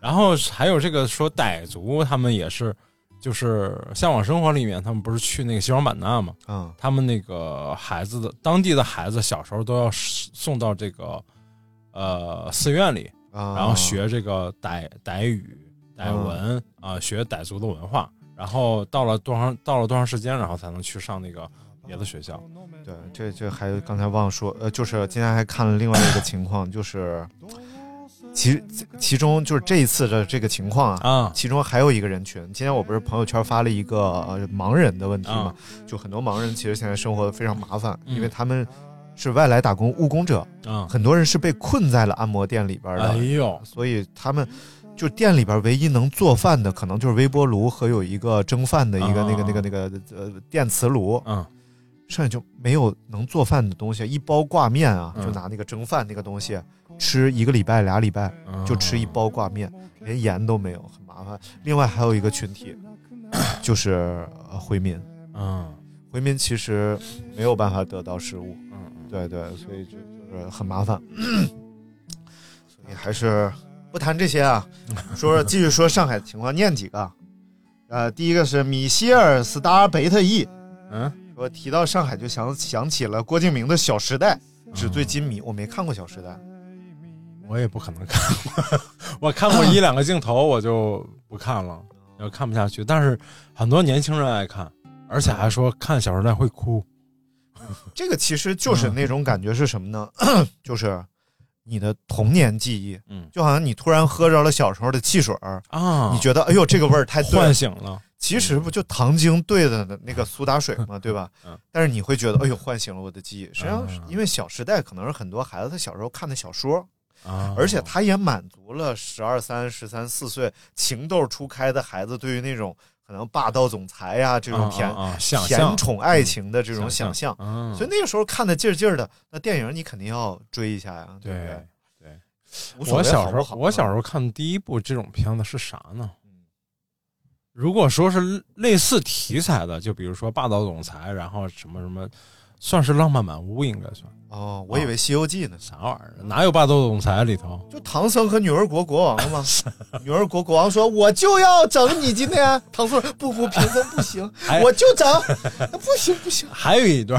Speaker 9: 然后还有这个说傣族，他们也是，就是《向往生活》里面，他们不是去那个西双版纳吗？
Speaker 8: 嗯，
Speaker 9: 他们那个孩子的当地的孩子小时候都要送到这个呃寺院里，
Speaker 8: 啊
Speaker 9: 然后学这个傣傣语、傣文啊、学傣族的文化。然后到了多长到了多长时间，然后才能去上那个别的学校？
Speaker 8: 对，这这还有刚才忘说，呃，就是今天还看了另外一个情况， 就是其其中就是这一次的这个情况啊，
Speaker 9: 啊
Speaker 8: 其中还有一个人群，今天我不是朋友圈发了一个呃盲人的问题嘛，就很多盲人其实现在生活的非常麻烦，
Speaker 9: 嗯
Speaker 8: 因为他们是外来打工务工者，
Speaker 9: 啊！
Speaker 8: 很多人是被困在了按摩店里边的，
Speaker 9: 哎呦，
Speaker 8: 所以他们就店里边唯一能做饭的，可能就是微波炉和有一个蒸饭的一个、
Speaker 9: 啊
Speaker 8: 那个那个那个呃电磁炉，
Speaker 9: 嗯
Speaker 8: 剩下就没有能做饭的东西，一包挂面啊，
Speaker 9: 嗯
Speaker 8: 就拿那个蒸饭那个东西吃一个礼拜俩礼拜。
Speaker 9: 嗯
Speaker 8: 就吃一包挂面，连盐都没有，很麻烦。另外还有一个群体， 就是呃回民，
Speaker 9: 嗯
Speaker 8: 回民其实没有办法得到食物，
Speaker 9: 嗯
Speaker 8: 对对，所以就就是很 麻烦。所以还是不谈这些啊，说说继续说上海的情况，念几个啊。呃，第一个是米歇尔·斯达尔贝特 E，
Speaker 9: 嗯，
Speaker 8: 说提到上海就想想起了郭敬明的《小时代》，纸醉金迷。我没看过《小时代》，
Speaker 9: 我也不可能看过，我看过一两个镜头我就不看了，要看不下去。但是很多年轻人爱看，而且还说看《小时代》会哭。
Speaker 8: 这个其实就是那种感觉是什么呢？ 就是你的童年记忆，
Speaker 9: 嗯
Speaker 8: 就好像你突然喝着了小时候的汽水儿，
Speaker 9: 啊，
Speaker 8: 你觉得哎呦这个味儿太对了
Speaker 9: 唤，醒了？
Speaker 8: 其实不就糖精兑的那个苏打水 嘛，对吧？
Speaker 9: 嗯
Speaker 8: 但是你会觉得哎呦唤醒了我的记忆。实际上是
Speaker 9: 嗯
Speaker 8: 因为《小时代》可能是很多孩子他小时候看的小说，
Speaker 9: 啊，
Speaker 8: 而且它也满足了十二三、十三四岁情窦初开的孩子对于那种可能霸道总裁呀、这种甜、
Speaker 9: 啊啊啊想象
Speaker 8: 甜宠爱情的这种想象。
Speaker 9: 嗯，
Speaker 8: 所以那个时候看的劲儿劲儿的，那电影你肯定要追一下呀，对不
Speaker 9: 对
Speaker 8: 对？。
Speaker 9: 对
Speaker 8: 无所
Speaker 9: 我
Speaker 8: 谓
Speaker 9: 小
Speaker 8: 好
Speaker 9: 时
Speaker 8: 不好嗯
Speaker 9: 候，我小时候看第一部这种片子是啥呢？如果说是类似题材的，就比如说霸道总裁，然后什么什么，算是浪漫满屋，应该算
Speaker 8: 哦，我以为《西游记》呢，
Speaker 9: 啥玩意儿？哪有霸道总裁里头？
Speaker 8: 就唐僧和女儿国国王嘛。 女儿国国王说：“我就要整你今天。”啊唐僧说：“不不，贫僧不行
Speaker 9: 哎，
Speaker 8: 我就整，不行不行。
Speaker 9: 还有一段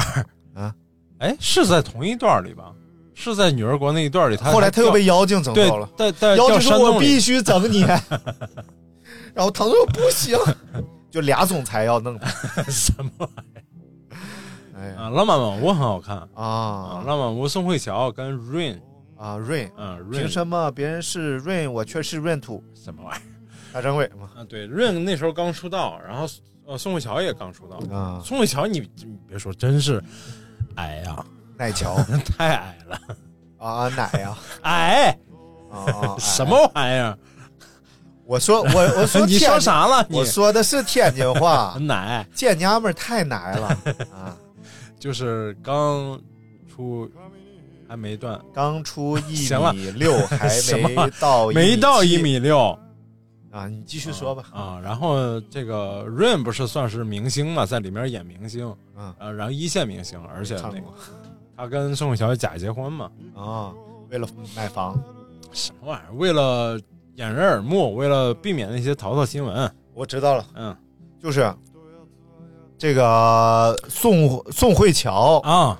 Speaker 8: 啊，
Speaker 9: 哎，是在同一段里吧？是在女儿国那一段里，”他
Speaker 8: 后来他又被妖精整
Speaker 9: 对
Speaker 8: 到了。
Speaker 9: 在在
Speaker 8: 妖
Speaker 9: 掉
Speaker 8: 精
Speaker 9: 山
Speaker 8: 说：“我
Speaker 9: 洞
Speaker 8: 必
Speaker 9: 里，
Speaker 8: 须整你。” 然后唐僧说：“不行。”就俩总裁要弄他。
Speaker 9: 什么玩意
Speaker 8: 哎
Speaker 9: 儿啊？
Speaker 8: 呀
Speaker 9: 浪漫满屋很好看啊，
Speaker 8: 啊
Speaker 9: 浪漫满屋宋慧乔跟 Rain，
Speaker 8: 啊！Rain，
Speaker 9: 嗯，Rain
Speaker 8: 凭什么别人是 Rain，我却是 Rain 土
Speaker 9: 什么玩意儿？
Speaker 8: 大张伟嘛？
Speaker 9: 啊，对，Rain 那时候刚出道，然后呃，宋慧乔也刚出道。
Speaker 8: 啊，
Speaker 9: 宋慧乔你，你别说，真是矮呀、
Speaker 8: 奶乔
Speaker 9: 太矮了，
Speaker 8: 啊，奶呀
Speaker 9: 矮
Speaker 8: 啊啊！哎
Speaker 9: 什？么玩意儿？
Speaker 8: 我说我我说
Speaker 9: 你
Speaker 8: 天
Speaker 9: 说？啥了？你，
Speaker 8: 我说啊的是天津话
Speaker 9: 奶
Speaker 8: 贱娘们儿太奶 了啊！
Speaker 9: 就是刚出，还没断，
Speaker 8: 刚出一
Speaker 9: 行了
Speaker 8: 米六，还
Speaker 9: 什么
Speaker 8: 没到
Speaker 9: 没到
Speaker 8: 哦七
Speaker 9: 一米六
Speaker 8: 啊！你继续说吧。
Speaker 9: 啊。然后这个 Rain 不是算是明星嘛，在里面演明星，
Speaker 8: 嗯
Speaker 9: 啊，然后一线明星，而且
Speaker 8: 看
Speaker 9: 那个
Speaker 8: 过
Speaker 9: 他跟宋慧乔假结婚嘛，
Speaker 8: 啊，为了买房。
Speaker 9: 什么玩意儿？为了掩人耳目，为了避免那些淘淘新闻，
Speaker 8: 我知道了，
Speaker 9: 嗯
Speaker 8: 就是这个宋宋慧乔，
Speaker 9: 啊，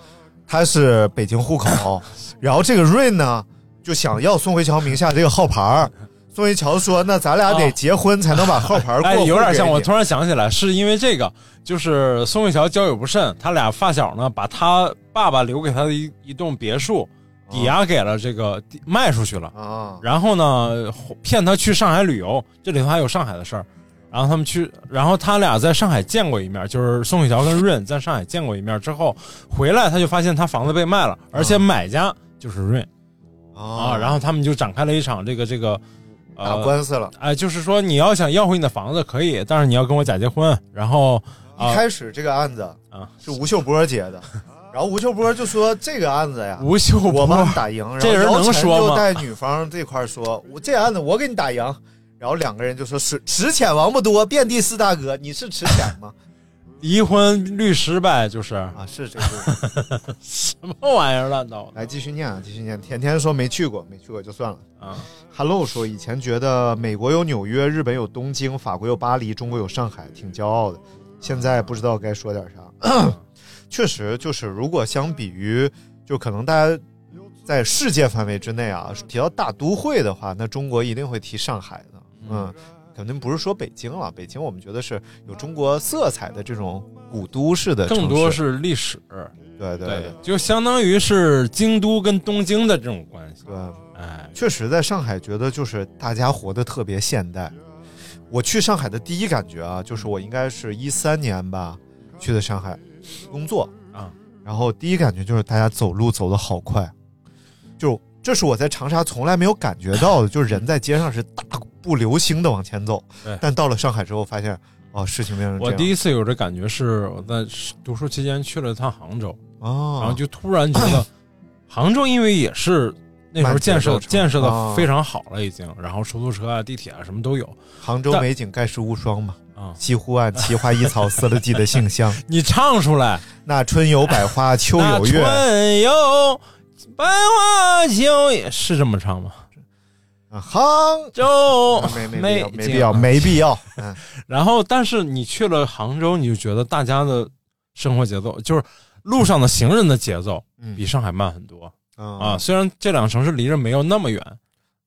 Speaker 8: 她是北京户口，然后这个瑞呢就想要宋慧乔名下这个号牌儿宋慧乔说：“那咱俩得
Speaker 9: 哦
Speaker 8: 结婚才能把号牌儿过
Speaker 9: 哎，
Speaker 8: 户给你。
Speaker 9: 有点像。我突然想起来，是因为这个，就是宋慧乔交友不慎，他俩发小呢，把他爸爸留给他的一一栋别墅
Speaker 8: 哦
Speaker 9: 抵押给了这个抵卖出去了，
Speaker 8: 啊，
Speaker 9: 然后呢骗他去上海旅游，这里头还有上海的事儿。然后他们去，然后他俩在上海见过一面，就是宋慧乔跟润在上海见过一面之后，回来他就发现他房子被卖了，而
Speaker 8: 啊
Speaker 9: 且买家就是润啊，然后他们就展开了一场这个这个
Speaker 8: 打
Speaker 9: 呃
Speaker 8: 官司了。
Speaker 9: 哎，就是说你要想要回你的房子可以，但是你要跟我假结婚，然后啊
Speaker 8: 一开始这个案子
Speaker 9: 啊，
Speaker 8: 是吴秀波接 的，然后吴秀波就说这个案子呀，
Speaker 9: 吴秀
Speaker 8: 我
Speaker 9: 波
Speaker 8: 帮你打赢。然后
Speaker 9: 这人
Speaker 8: 姚
Speaker 9: 能
Speaker 8: 晨
Speaker 9: 说吗
Speaker 8: 就带女方这块儿说，我这案子我给你打赢。然后两个人就说是池浅王不多，遍地四大哥，你是池浅 吗？
Speaker 9: 离婚律师呗，就是
Speaker 8: 啊，是这个。
Speaker 9: 什么玩意儿乱糟的
Speaker 8: 来继续念啊，继续念。甜甜说没去过，没去过就算了。
Speaker 9: 啊！
Speaker 8: Hello 说以前觉得美国有纽约，日本有东京，法国有巴黎，中国有上海，挺骄傲的。现在不知道该说点啥。 确实，就是如果相比于，就可能大家在世界范围之内啊，提到大都会的话，那中国一定会提上海的。嗯，肯定不是说北京了，北京我们觉得是有中国色彩的这种古都市的城市，
Speaker 9: 更多是历史，
Speaker 8: 对对对
Speaker 9: 对，就相当于是京都跟东京的这种关系。
Speaker 8: 对。
Speaker 9: 哎，
Speaker 8: 确实，在上海觉得就是大家活得特别现代。我去上海的第一感觉啊，就是我应该是一三年吧去的上海工作
Speaker 9: 啊，
Speaker 8: 然后第一感觉就是大家走路走得好快，就这是我在长沙从来没有感觉到的，就是人在街上是大步流星的往前走
Speaker 9: 对。
Speaker 8: 但到了上海之后，发现哦，事情变成这
Speaker 9: 我
Speaker 8: 样。
Speaker 9: 第一次有这感觉是我在读书期间去了趟杭州，
Speaker 8: 哦，
Speaker 9: 然后就突然觉 得杭州因为也是。那时候
Speaker 8: 慢节
Speaker 9: 建
Speaker 8: 奏
Speaker 9: 设
Speaker 8: 城
Speaker 9: 建设
Speaker 8: 啊
Speaker 9: 的非常好了，已经，然后出租车啊、地铁啊什么都有
Speaker 8: 杭州
Speaker 9: 但
Speaker 8: 美景盖世无双嘛，
Speaker 9: 啊。
Speaker 8: 西湖岸奇花异草思了季的杏香，
Speaker 9: 你唱出来，
Speaker 8: 那春有百花， 秋
Speaker 9: 那
Speaker 8: 有月。
Speaker 9: 春有百花秋也是这么唱吗？
Speaker 8: 啊杭
Speaker 9: 州
Speaker 8: 啊没没
Speaker 9: 没
Speaker 8: 必要，没必要，没必要。嗯，
Speaker 9: 然后，但是你去了杭州，你就觉得大家的生活节奏，就是路上的行人的节奏，
Speaker 8: 嗯
Speaker 9: 比上海慢很多、啊。
Speaker 8: 啊，
Speaker 9: 虽然这两个城市离着没有那么远，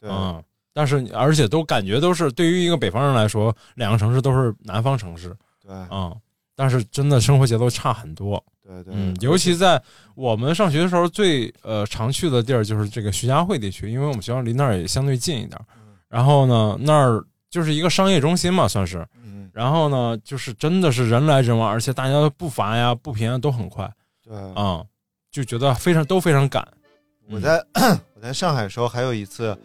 Speaker 8: 对，
Speaker 9: 嗯，但是而且都感觉都是对于一个北方人来说，两个城市都是南方城市
Speaker 8: 对，
Speaker 9: 啊、但是真的生活节奏差很多，
Speaker 8: 对对，
Speaker 9: 嗯，尤其在我们上学的时候最呃常去的地儿就是这个徐家汇地区，因为我们学校离那儿也相对近一点儿。
Speaker 8: 嗯
Speaker 9: 然后呢，那儿就是一个商业中心嘛，算是。
Speaker 8: 嗯，
Speaker 9: 然后呢，就是真的是人来人往，而且大家的步伐呀、步频啊都很快
Speaker 8: 对。
Speaker 9: 啊、嗯就觉得非常都非常赶
Speaker 8: 我在 我在上海的时候还有一次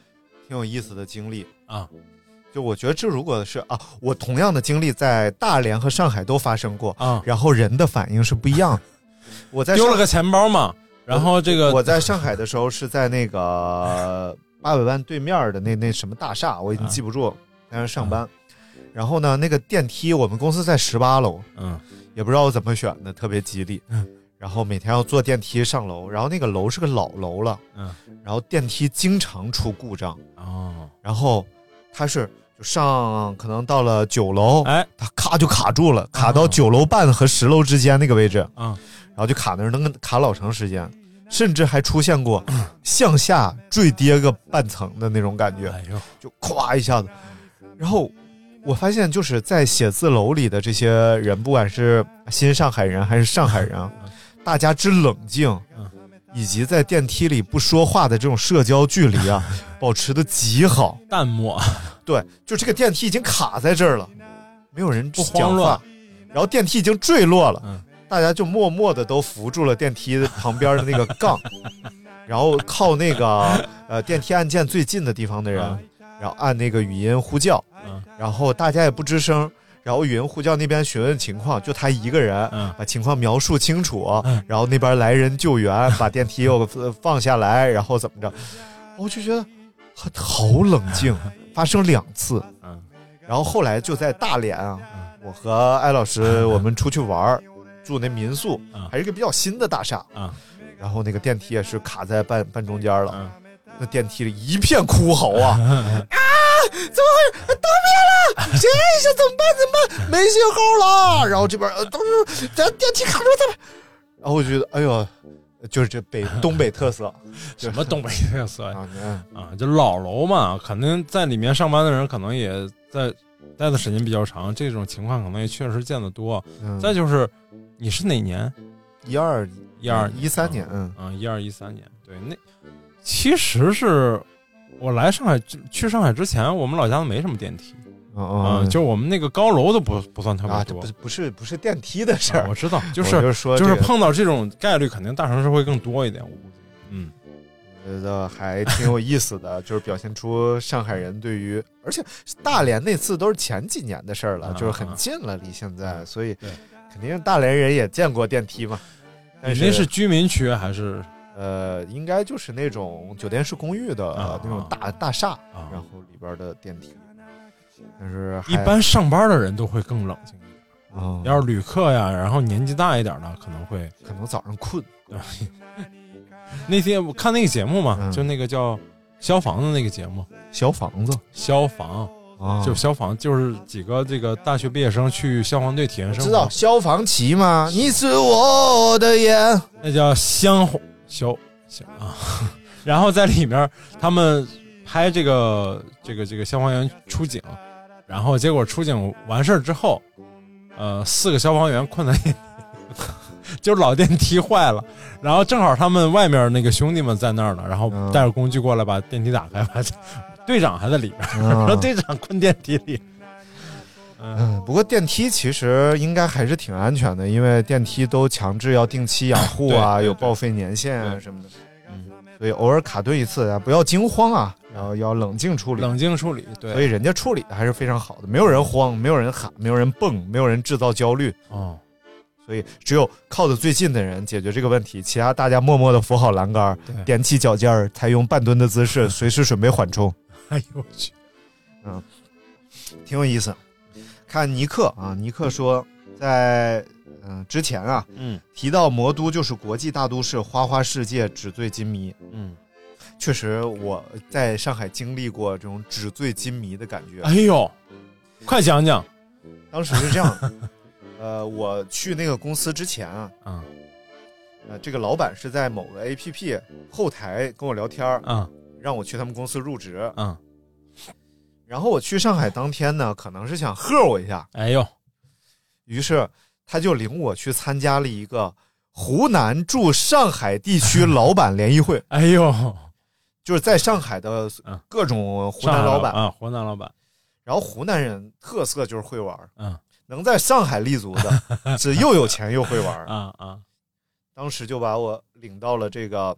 Speaker 8: 挺有意思的经历，
Speaker 9: 啊。
Speaker 8: 就我觉得这如果是啊，我同样的经历在大连和上海都发生过，
Speaker 9: 啊，
Speaker 8: 然后人的反应是不一样的。我在
Speaker 9: 丢
Speaker 8: 上
Speaker 9: 了个钱包嘛，然后这个
Speaker 8: 我在上海的时候是在 那个八百万对面的那那什么大厦，我已
Speaker 9: 啊
Speaker 8: 经记不住，在那上班。然后呢，那个电梯，我们公司在十八楼，
Speaker 9: 嗯
Speaker 8: 也不知道我怎么选的，特别吉利。然后每天要坐电梯上楼，然后那个楼是个老楼了，
Speaker 9: 嗯，
Speaker 8: 然后电梯经常出故障，
Speaker 9: 哦，
Speaker 8: 然后它是就上可能到了九楼，
Speaker 9: 哎
Speaker 8: 它咔就卡住了，卡到
Speaker 9: 哦
Speaker 8: 九楼半和十楼之间那个位置，
Speaker 9: 啊
Speaker 8: 然后就卡那儿能卡老长时间，甚至还出现过向下坠跌个半层的那种感觉，
Speaker 9: 哎呦
Speaker 8: 就咵一下子。然后我发现，就是在写字楼里的这些人，不管是新上海人还是上海人啊，大家之冷静
Speaker 9: 嗯，
Speaker 8: 以及在电梯里不说话的这种社交距离啊，保持的极好。
Speaker 9: 淡 漠，
Speaker 8: 对，就这个电梯已经卡在这儿了，没有人
Speaker 9: 不慌
Speaker 8: 讲话
Speaker 9: 乱，
Speaker 8: 然后电梯已经坠落了，
Speaker 9: 嗯
Speaker 8: 大家就默默的都扶住了电梯旁边的那个 杠，然后靠那个呃电梯按键最近的地方的人，然后按那个语音呼叫，
Speaker 9: 嗯
Speaker 8: 然后大家也不吱声。然后语音呼叫那边询问情况，就他一个人
Speaker 9: 嗯
Speaker 8: 把情况描述清楚，
Speaker 9: 嗯
Speaker 8: 然后那边来人救援，把电梯又呃放下来，然后怎么着？我就觉得很好冷 静，发生两次。
Speaker 9: 嗯
Speaker 8: 然后后来就在大连啊，我和艾老师我们出去玩儿，住那民宿
Speaker 9: 嗯，
Speaker 8: 还是一个比较新的大厦。
Speaker 9: 啊
Speaker 8: 然后那个电梯也是卡在半半中间了，
Speaker 9: 嗯
Speaker 8: 那电梯里一片哭嚎啊 啊！怎么回事？啊断电了！谁是怎么办？怎么办？没信号了！然后这边呃都是咱电梯卡住这边，然后我觉得哎呦，就是这北东北特色
Speaker 9: 什么东北特色呀
Speaker 8: 啊！嗯
Speaker 9: 啊，就老楼嘛，肯定在里面上班的人可能也在待的时间比较长，这种情况可能也确实见得多。
Speaker 8: 嗯
Speaker 9: 再就是你是哪年？
Speaker 8: 一二
Speaker 9: 一二
Speaker 8: 一三年，嗯
Speaker 9: 啊，一二一三年，对，那其实是我来上海去上海之前，我们老家都没什么电梯啊、
Speaker 8: 嗯
Speaker 9: 就我们那个高楼都不不算特别
Speaker 8: 啊，这
Speaker 9: 多。
Speaker 8: 不是不是不是电梯的事
Speaker 9: 啊
Speaker 8: 儿
Speaker 9: 我，知道，就
Speaker 8: 我
Speaker 9: 是
Speaker 8: 是说
Speaker 9: 就是
Speaker 8: 这个
Speaker 9: 碰到这种概率，肯定大城市会更多一点，我估计。嗯，
Speaker 8: 觉得还挺有意思的， 就是表现出上海人对于，而且大连那次都是前几年的事儿了，
Speaker 9: 啊
Speaker 8: 就是很近了，离现在，所以
Speaker 9: 对
Speaker 8: 肯定大连人也见过电梯嘛。但
Speaker 9: 你那是居民区还是
Speaker 8: 呃，应该就是那种酒店式公寓的、
Speaker 9: 啊
Speaker 8: 那种大大厦，
Speaker 9: 啊
Speaker 8: 然？后里边的电梯，但是还
Speaker 9: 一般上班的人都会更冷静一点。
Speaker 8: 嗯
Speaker 9: 要是旅客呀，然后年纪大一点的，可能会。
Speaker 8: 可能早上困，
Speaker 9: 那天我看那个节目嘛，
Speaker 8: 嗯
Speaker 9: 就那个叫消防的那个节目，
Speaker 8: 小房子
Speaker 9: 消防
Speaker 8: 啊
Speaker 9: 就消防，就是几个这个大学毕业生去消防队体验生活，
Speaker 8: 知道消防旗吗？你是我 的眼。
Speaker 9: 那叫香火消消啊。 然后在里面他们拍这个这个这个消防员出警，然后结果出警完事儿之后，呃，四个消防员困在电梯， 就是老电梯坏了，然后正好他们外面那个兄弟们在那儿呢，然后
Speaker 8: 嗯
Speaker 9: 带着工具过来把电梯打开，把队长还在里边儿，
Speaker 8: 嗯
Speaker 9: 说队长困电梯里，
Speaker 8: 嗯，不过电梯其实应该还是挺安全的，因为电梯都强制要定期养护啊，
Speaker 9: 对对对
Speaker 8: 有报废年限啊
Speaker 9: 对
Speaker 8: 什么的，
Speaker 9: 嗯，
Speaker 8: 所以偶尔卡顿一次啊，不要惊慌啊，然后要冷静处理。哎
Speaker 9: 冷静处理，对，
Speaker 8: 所以人家处理的还是非常好的，没有人慌，没有人喊，没有人蹦，没有人制造焦虑，
Speaker 9: 哦，
Speaker 8: 所以只有靠得最近的人解决这个问题，其他大家默默的扶好栏杆，
Speaker 9: 对，
Speaker 8: 踮起脚尖儿，采用半蹲的姿势，随时准备缓冲，
Speaker 9: 哎呦我去，
Speaker 8: 挺有意思。看尼克啊，尼克说在嗯、之前啊，
Speaker 9: 嗯
Speaker 8: 提到魔都就是国际大都市，花花世界，纸醉金迷。
Speaker 9: 嗯，
Speaker 8: 确实我在上海经历过这种纸醉金迷的感觉。
Speaker 9: 哎呦，快讲讲，
Speaker 8: 当时是这样， 呃，我去那个公司之前啊，
Speaker 9: 嗯
Speaker 8: 呃，这个老板是在某个 APP 后台跟我聊天儿，
Speaker 9: 嗯
Speaker 8: 让我去他们公司入职。
Speaker 9: 嗯，
Speaker 8: 然后我去上海当天呢，可能是想吓我一下，
Speaker 9: 哎呦，
Speaker 8: 于是他就领我去参加了一个湖南驻上海地区老板联谊会，
Speaker 9: 哎呦，
Speaker 8: 就是在上海的
Speaker 9: 嗯
Speaker 8: 各种湖
Speaker 9: 上海
Speaker 8: 南老板。
Speaker 9: 啊，湖南老板，
Speaker 8: 然后湖南人特色就是会玩儿，
Speaker 9: 嗯
Speaker 8: 能在上海立足 的是又有钱又会玩儿。
Speaker 9: 啊啊，
Speaker 8: 当时就把我领到了这个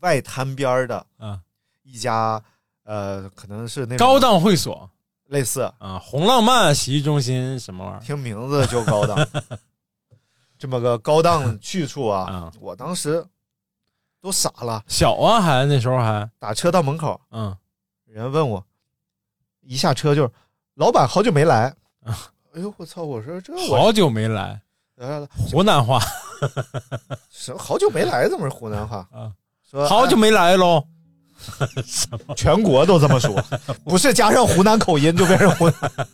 Speaker 8: 外滩边儿的
Speaker 9: 嗯
Speaker 8: 一家，呃，可能是那种
Speaker 9: 高档会所
Speaker 8: 类似，
Speaker 9: 啊，红浪漫洗浴中心什么玩意
Speaker 8: 听名字就高 档，这么个高档去处
Speaker 9: 儿
Speaker 8: 啊，
Speaker 9: 啊？
Speaker 8: 我当时都傻了，
Speaker 9: 小啊，还那时候还，
Speaker 8: 打车到门口，
Speaker 9: 嗯，
Speaker 8: 人问我，一下车就是老板好久没来
Speaker 9: 啊，
Speaker 8: 哎呦我操，我说这我
Speaker 9: 好久没来
Speaker 8: 呃
Speaker 9: 湖南话
Speaker 8: 什么好久没来，怎么是湖南 话？
Speaker 9: 啊，
Speaker 8: 说哎
Speaker 9: 好久没来喽，
Speaker 8: 全国都这么 说，不是加上湖南口音就变成湖南。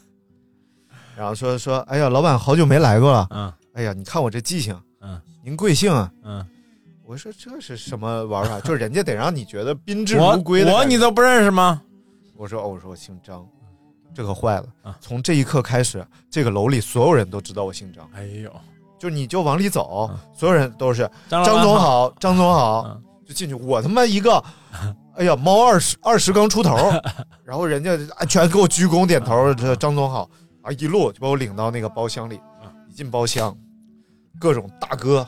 Speaker 8: 然后说说，哎呀，老板好久没来过了，
Speaker 9: 嗯
Speaker 8: 哎呀，你看我这记性，
Speaker 9: 嗯
Speaker 8: 您贵姓啊？
Speaker 9: 嗯，
Speaker 8: 我说这是什么玩法？就是人家得让你觉得宾至
Speaker 9: 我
Speaker 8: 如归的
Speaker 9: 我
Speaker 8: 感觉
Speaker 9: 你都不认识吗？
Speaker 8: 我说哦，我说我姓张，这可坏了
Speaker 9: 啊。
Speaker 8: 从这一刻开始，这个楼里所有人都知道我姓张，
Speaker 9: 哎呦，
Speaker 8: 就是你就往里走
Speaker 9: 啊，
Speaker 8: 所有人都是
Speaker 9: 张
Speaker 8: 张总
Speaker 9: 老板，
Speaker 8: 好，张总好
Speaker 9: 嗯，
Speaker 8: 就进去。我他妈 一个，哎呀，猫二十二十刚出头，然后人家啊全给我鞠躬点头，这张总好啊，一路就把我领到那个包厢里
Speaker 9: 啊。
Speaker 8: 一进包厢，各种大哥，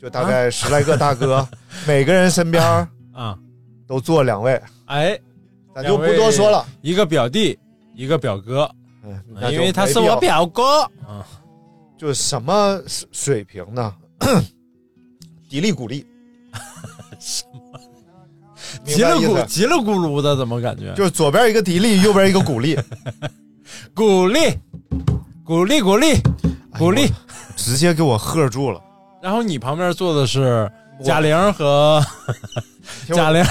Speaker 8: 就大概十来个 大哥，每个人身边
Speaker 9: 啊，
Speaker 8: 都坐两位，
Speaker 9: 哎，
Speaker 8: 咱就不多说了。
Speaker 9: 一个表弟，一个表哥，哎
Speaker 8: 嗯，那就
Speaker 9: 因为他
Speaker 8: 没
Speaker 9: 是
Speaker 8: 必要
Speaker 9: 我表哥，嗯
Speaker 8: 就是什么水水平 呢？ 迪丽古丽，什么？
Speaker 9: 急了咕急了咕噜的，怎么感觉？
Speaker 8: 就是左边一个迪丽，右边一个古丽，
Speaker 9: 鼓励，鼓励，鼓励，
Speaker 8: 哎
Speaker 9: 鼓励。
Speaker 8: 直接给我喝住了。
Speaker 9: 然后你旁边坐的是
Speaker 8: 我
Speaker 9: 贾玲和
Speaker 8: 听
Speaker 9: 贾
Speaker 8: 我
Speaker 9: 玲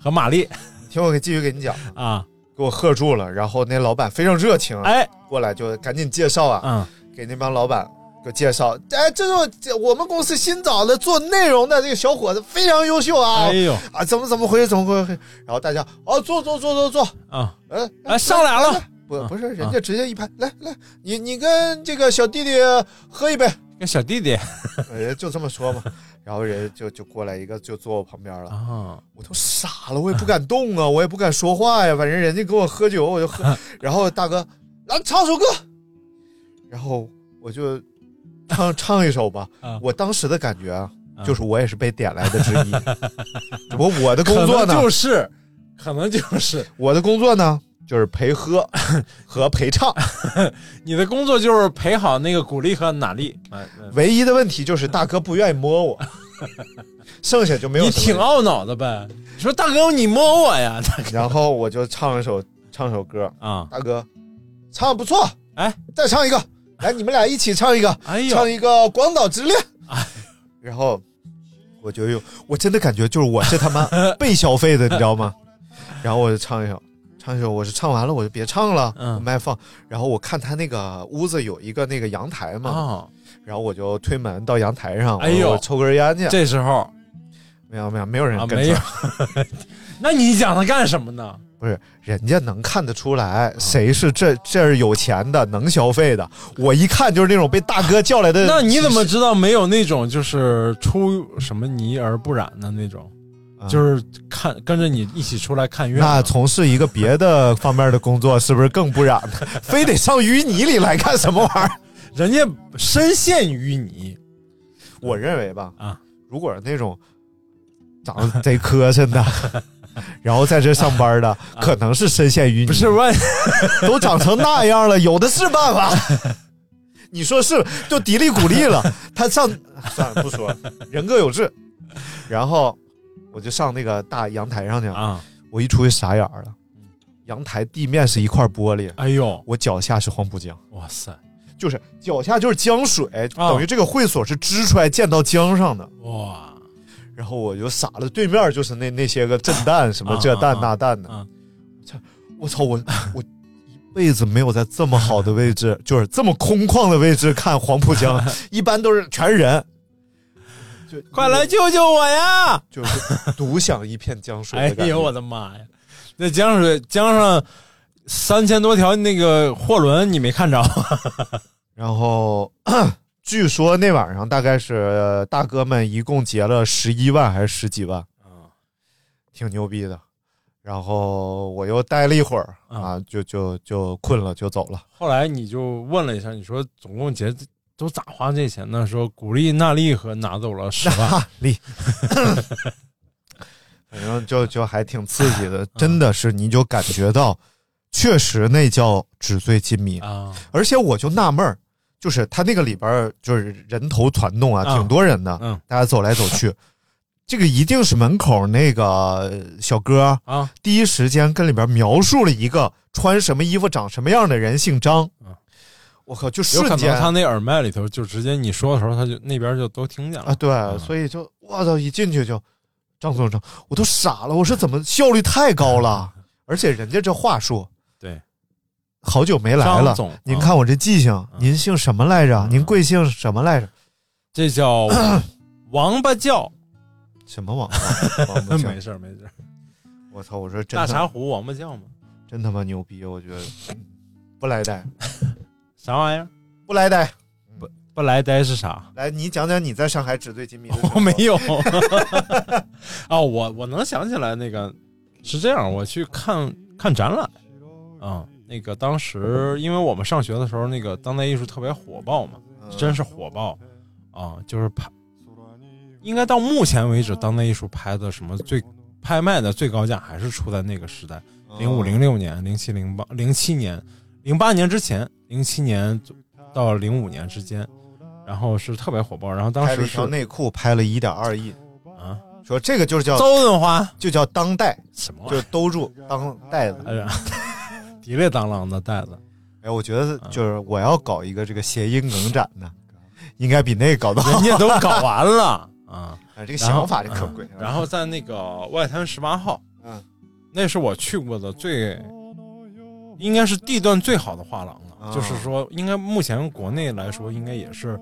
Speaker 9: 和玛丽
Speaker 8: 听我给继续给你讲，
Speaker 9: 啊，
Speaker 8: 给我喝住了。然后那老板非常热情，
Speaker 9: 哎，
Speaker 8: 过来就赶紧介绍啊，
Speaker 9: 嗯，
Speaker 8: 给那帮老板给介绍。哎，这是我这我们公司新找的做内容的这个小伙子，非常优秀啊
Speaker 9: 哎呦
Speaker 8: 啊，怎么怎么回事，怎么回事？然后大家哦，坐坐坐坐坐，
Speaker 9: 啊，
Speaker 8: 嗯，
Speaker 9: 哎，上来了，
Speaker 8: 不
Speaker 9: 啊
Speaker 8: 不是，人
Speaker 9: 啊
Speaker 8: 家直接一拍，来来，你你跟这个小弟弟喝一杯，
Speaker 9: 跟小弟弟
Speaker 8: 人家就这么说嘛。然后人家就就过来一个，就坐我旁边了，
Speaker 9: 啊，
Speaker 8: 我都傻了，我也不敢动啊，我也不敢说话呀，反正人家给我喝酒，我 就喝。然后大哥来唱首歌，然后我就唱唱一首吧
Speaker 9: 啊。
Speaker 8: 我当时的感觉啊
Speaker 9: 啊，
Speaker 8: 就是我也是被点来的之 一，只不过我的工
Speaker 9: 可
Speaker 8: 作
Speaker 9: 能
Speaker 8: 呢
Speaker 9: 就，是，可能就是
Speaker 8: 我的工作呢就是 陪喝和陪唱。
Speaker 9: 你的工作就是陪好那个鼓励和哪丽，哎
Speaker 8: 唯一的问题就是大哥不愿意 摸我，剩下就没有
Speaker 9: 你
Speaker 8: 什
Speaker 9: 挺
Speaker 8: 么问
Speaker 9: 懊恼的呗？你说大哥，你摸我 呀，大
Speaker 8: 题。
Speaker 9: 哥
Speaker 8: 然后我就唱一首唱首歌，
Speaker 9: 啊，
Speaker 8: 大哥唱得不错，
Speaker 9: 哎，
Speaker 8: 再唱一个，来你们俩一起唱一个，
Speaker 9: 哎呦
Speaker 8: 唱一个《广岛之恋》
Speaker 9: 哎
Speaker 8: 然后我就又，我真的感觉就是我是他 妈被消费的，你知道吗？然后我就唱一首。唱一首，我是唱完了，我就别唱了，
Speaker 9: 嗯
Speaker 8: 我麦放。然后我看他那个屋子有一个那个阳台嘛，
Speaker 9: 啊，
Speaker 8: 然后我就推门到阳台上，
Speaker 9: 哎呦
Speaker 8: 我抽根烟去。
Speaker 9: 这时候
Speaker 8: 没有没有没有人
Speaker 9: 啊
Speaker 8: 跟
Speaker 9: 没
Speaker 8: 着
Speaker 9: 有，那你讲他干什么呢？
Speaker 8: 不是，人家能看得出来谁是这这儿有钱的、能消费的。我一看就是那种被大哥叫来的。
Speaker 9: 那你怎么知道没有那种就是出什么泥而不染的那种？
Speaker 8: 啊
Speaker 9: 就是看跟着你一起出来看月
Speaker 8: 那
Speaker 9: 亮，
Speaker 8: 从事一个别的方面的工作，是不是更不染呢？ 非得上淤泥里来干什么玩意
Speaker 9: 啊
Speaker 8: 儿？
Speaker 9: 人家深陷淤泥
Speaker 8: 我认为吧，
Speaker 9: 啊，
Speaker 8: 如果是那种长得贼磕碜的，然后在这上班的，可能是深陷淤泥。
Speaker 9: 不是问
Speaker 8: 都长成那样了，有的是办法。 你说是就迪丽古丽了，他上哎算了不说了，人各有志。然后我就上那个大阳台上去，
Speaker 9: 啊？
Speaker 8: 我一出去傻眼了，阳台地面是一块玻璃，
Speaker 9: 哎呦，
Speaker 8: 我脚下是黄浦江，
Speaker 9: 哇塞，
Speaker 8: 就是脚下就是江水，
Speaker 9: 啊
Speaker 8: 等于这个会所是支出来溅到江上的。
Speaker 9: 哇，
Speaker 8: 然后我就傻了，对面就是那那些个震蛋什么这蛋那蛋的
Speaker 9: 啊，
Speaker 8: 我操，我我一辈子没有在这么好的位置，就是这么空旷的位置看黄浦 江，一般都是全是人，就
Speaker 9: 快来救救我呀！
Speaker 8: 就是独享一片江水
Speaker 9: 哎
Speaker 8: 的感觉。
Speaker 9: 呦我的妈呀！那江水江上三千多条那个货轮，你没看着？
Speaker 8: 然后据说那晚上大概是呃大哥们一共结了十一万还是十几万，挺牛逼的。然后我又待了一会儿啊，就就就困了，就走了。
Speaker 9: 后来你就问了一下，你说总共结都咋花这钱呢？说古力娜丽和拿走了十万，
Speaker 8: 哈力， 反正就就还挺刺激的，真的是你就感觉到，确实那叫纸醉金迷
Speaker 9: 啊！
Speaker 8: 而且我就纳闷儿，就是他那个里边儿就是人头攒动啊，
Speaker 9: 啊
Speaker 8: 挺多人的，
Speaker 9: 嗯
Speaker 8: 大家走来走去， 这个一定是门口那个小哥
Speaker 9: 啊，
Speaker 8: 第一时间跟里边描述了一个穿什么衣服、长什么样的人，姓张。我靠，就
Speaker 9: 嗯有可
Speaker 8: 瞬
Speaker 9: 能
Speaker 8: 间
Speaker 9: 他那耳麦里头就直接你说的时候，他就那边就都听见了
Speaker 8: 啊，对，所以就我操，一进去就张总张，我都傻了，我说怎么效率太高了，而且人家这话术，
Speaker 9: 嗯对，
Speaker 8: 好久没来了
Speaker 9: 张总，
Speaker 8: 您看我这记
Speaker 9: 啊
Speaker 8: 性，您姓什么来
Speaker 9: 嗯
Speaker 8: 着？您贵姓什么来着？
Speaker 9: 这 叫王八叫。
Speaker 8: 什么网 吧？王八
Speaker 9: 没
Speaker 8: 酱
Speaker 9: 事儿没事儿，
Speaker 8: 我操！我说真
Speaker 9: 大
Speaker 8: 他
Speaker 9: 茶壶王八叫嘛，
Speaker 8: 真他妈牛逼，我觉得不来呆，
Speaker 9: 啥玩意儿？
Speaker 8: 不来呆。
Speaker 9: 不来呆是啥？
Speaker 8: 来，你讲讲你在上海纸醉金迷的时候。
Speaker 9: 我没有 啊，我我能想起来那个是这样，我去看看展览啊、那个当时因为我们上学的时候，那个当代艺术特别火爆嘛，真是火爆啊、就是拍，应该到目前为止，当代艺术拍的什么最拍卖的最高价还是出在那个时代，
Speaker 8: 嗯
Speaker 9: 零五、零六年、零七、零八、零七年、零八年之前，零七年到零五年之间。然后是特别火爆，然后当
Speaker 8: 拍了
Speaker 9: 时
Speaker 8: 一
Speaker 9: 是
Speaker 8: 条内裤，拍了一点二亿，
Speaker 9: 啊，
Speaker 8: 说这个就是叫
Speaker 9: 邹润花
Speaker 8: 就叫当代，
Speaker 9: 什么
Speaker 8: 就是兜住当代的。
Speaker 9: 哎呀， 滴哩当啷的袋子，
Speaker 8: 哎，我觉
Speaker 9: 嗯
Speaker 8: 得就是我要搞一个这个谐音梗展呢，应该比那个搞到。
Speaker 9: 人家都搞完 了啊。
Speaker 8: 哎这个
Speaker 9: 然后
Speaker 8: 想法真可贵。啊
Speaker 9: 嗯然后在那个外滩十八号，
Speaker 8: 嗯，
Speaker 9: 那是我去过的最，应该是地段最好的画廊了。
Speaker 8: 啊
Speaker 9: 就是说，应该目前国内来说，应该也是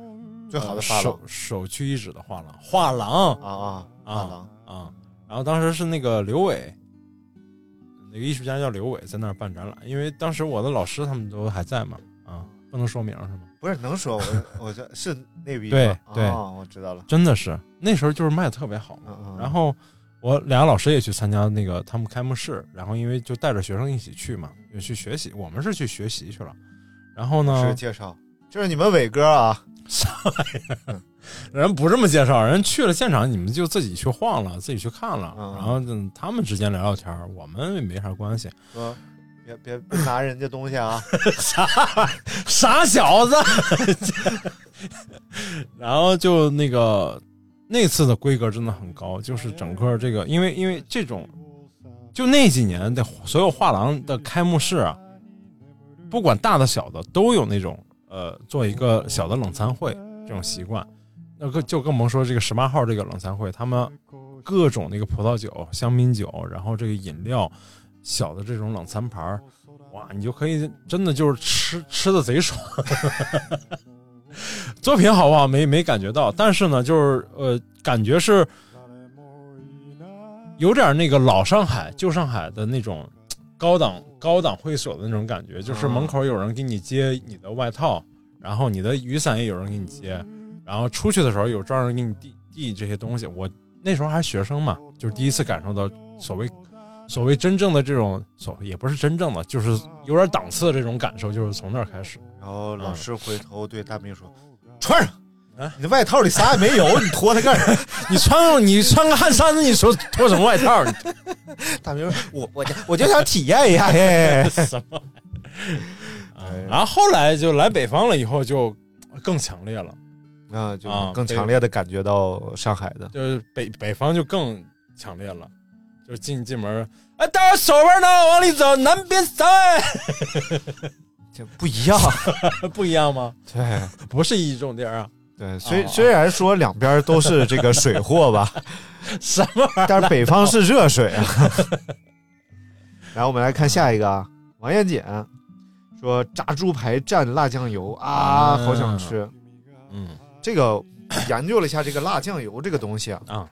Speaker 8: 最好的
Speaker 9: 呃
Speaker 8: 发廊
Speaker 9: 首首屈一指的画廊。画廊
Speaker 8: 啊啊
Speaker 9: 啊
Speaker 8: 发廊
Speaker 9: 啊！然后当时是那个刘伟，那个艺术家叫刘伟，在那儿办展览。因为当时我的老师他们都还在嘛，啊，不能说名是吗？
Speaker 8: 不是能说我 我这是那笔
Speaker 9: 对
Speaker 8: 吗
Speaker 9: 对
Speaker 8: 啊，我知道了。
Speaker 9: 真的是那时候就是卖的特别好嘛。
Speaker 8: 嗯嗯。
Speaker 9: 然后我俩老师也去参加那个他们开幕式，然后因为就带着学生一起去嘛，也去学习，我们是去学习去了。然后
Speaker 8: 是
Speaker 9: 呢，
Speaker 8: 介绍，这是你们伟哥啊，
Speaker 9: 人不这么介绍，人去了现场，你们就自己去晃了，自己去看了，
Speaker 8: 嗯嗯
Speaker 9: 然后嗯他们之间聊聊天儿，我们也没啥关系。
Speaker 8: 说别别别拿人家东西啊，
Speaker 9: 啥傻小子。 然后就那个那次的规格真的很高，就是整个这个，因为因为这种，就那几年的所有画廊的开幕式啊，不管大的小的，都有那种呃做一个小的冷餐会这种习惯。那个就更甭说这个十八号这个冷餐会，他们各种那个葡萄酒、香槟酒，然后这个饮料，小的这种冷餐盘儿，哇，你就可以真的就是吃吃的贼爽。 作品好不好没没感觉到，但是呢，就是呃，感觉是有点那个老上海、旧上海的那种嘖高档高档会所的那种感觉，就是门口有人给你接你的外套，然后你的雨伞也有人给你接，然后出去的时候有专人给你递递这些东西。我那时候还是学生嘛，就是第一次感受到所谓所谓真正的这种所也不是真正的，就是有点档次的这种感受，就是从那儿开始。
Speaker 8: 然后老
Speaker 9: 老
Speaker 8: 师
Speaker 9: 师
Speaker 8: 回头对大明说：“穿上。”
Speaker 9: 啊
Speaker 8: 你的外套里啥也没有，你脱它 干啥？
Speaker 9: 你穿上你穿个汗衫子，你说脱什么外套？ 你
Speaker 8: 大 明说：“我我就我就想体验一下。嘿
Speaker 9: 什么？啊然后后来就来北方了，以后就更强烈了，”
Speaker 8: 那就
Speaker 9: 啊
Speaker 8: 更
Speaker 9: 对
Speaker 8: 强烈的感觉到上海的
Speaker 9: 就是北北方就更强烈了，就是进进门，哎，大家手腕呢，往里走，南边塞，
Speaker 8: 这不一样。
Speaker 9: 不一样吗？
Speaker 8: 对，
Speaker 9: 不是一重地儿啊，
Speaker 8: 对，虽虽然说两边都是这个水货吧，
Speaker 9: 什么玩意
Speaker 8: 但是北方是热水啊。 来，我们来看下一个啊，王艳简说炸猪排蘸辣酱油啊，好想吃。
Speaker 9: 儿？嗯
Speaker 8: 这个研究了一下这个辣酱油这个东西啊，
Speaker 9: 啊，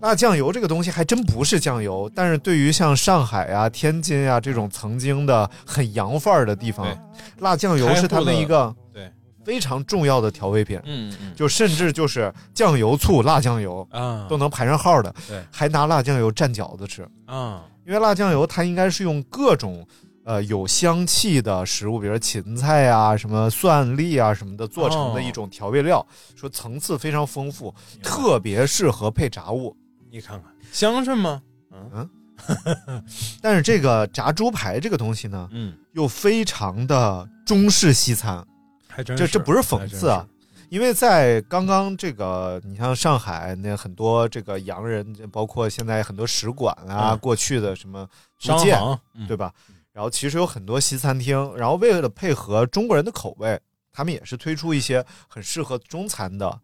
Speaker 8: 辣酱油这个东西还真不是酱油，但是对于像上海啊、天津啊这种曾经的很洋范儿的地方
Speaker 9: 对，
Speaker 8: 辣酱油是他们一个
Speaker 9: 对
Speaker 8: 非常重要的调味品，
Speaker 9: 嗯嗯
Speaker 8: 就甚至就是酱油、醋、辣酱油
Speaker 9: 啊
Speaker 8: 都能排上号的
Speaker 9: 对，
Speaker 8: 还拿辣酱油蘸饺子吃。
Speaker 9: 啊
Speaker 8: 因为辣酱油它应该是用各种呃有香气的食物，比如说芹菜啊、什么蒜粒啊什么的做成的一种调味料，
Speaker 9: 哦
Speaker 8: 说层次非常丰富，特别适合配炸物。
Speaker 9: 你看看香是吗？
Speaker 8: 但是这个炸猪排这个东西呢，
Speaker 9: 嗯，
Speaker 8: 又非常的中式西餐，
Speaker 9: 还真
Speaker 8: 这这不是讽
Speaker 9: 还真
Speaker 8: 刺啊。因为在刚刚这个，你像上海那很多这个洋人，包括现在很多使馆啊，
Speaker 9: 嗯
Speaker 8: 过去的什么
Speaker 9: 是
Speaker 8: 福
Speaker 9: 商
Speaker 8: 建
Speaker 9: 行嗯
Speaker 8: 对吧？然后其实有很多西餐厅，然后为了配合中国人的口味，他们也是推出一些很适合中餐的，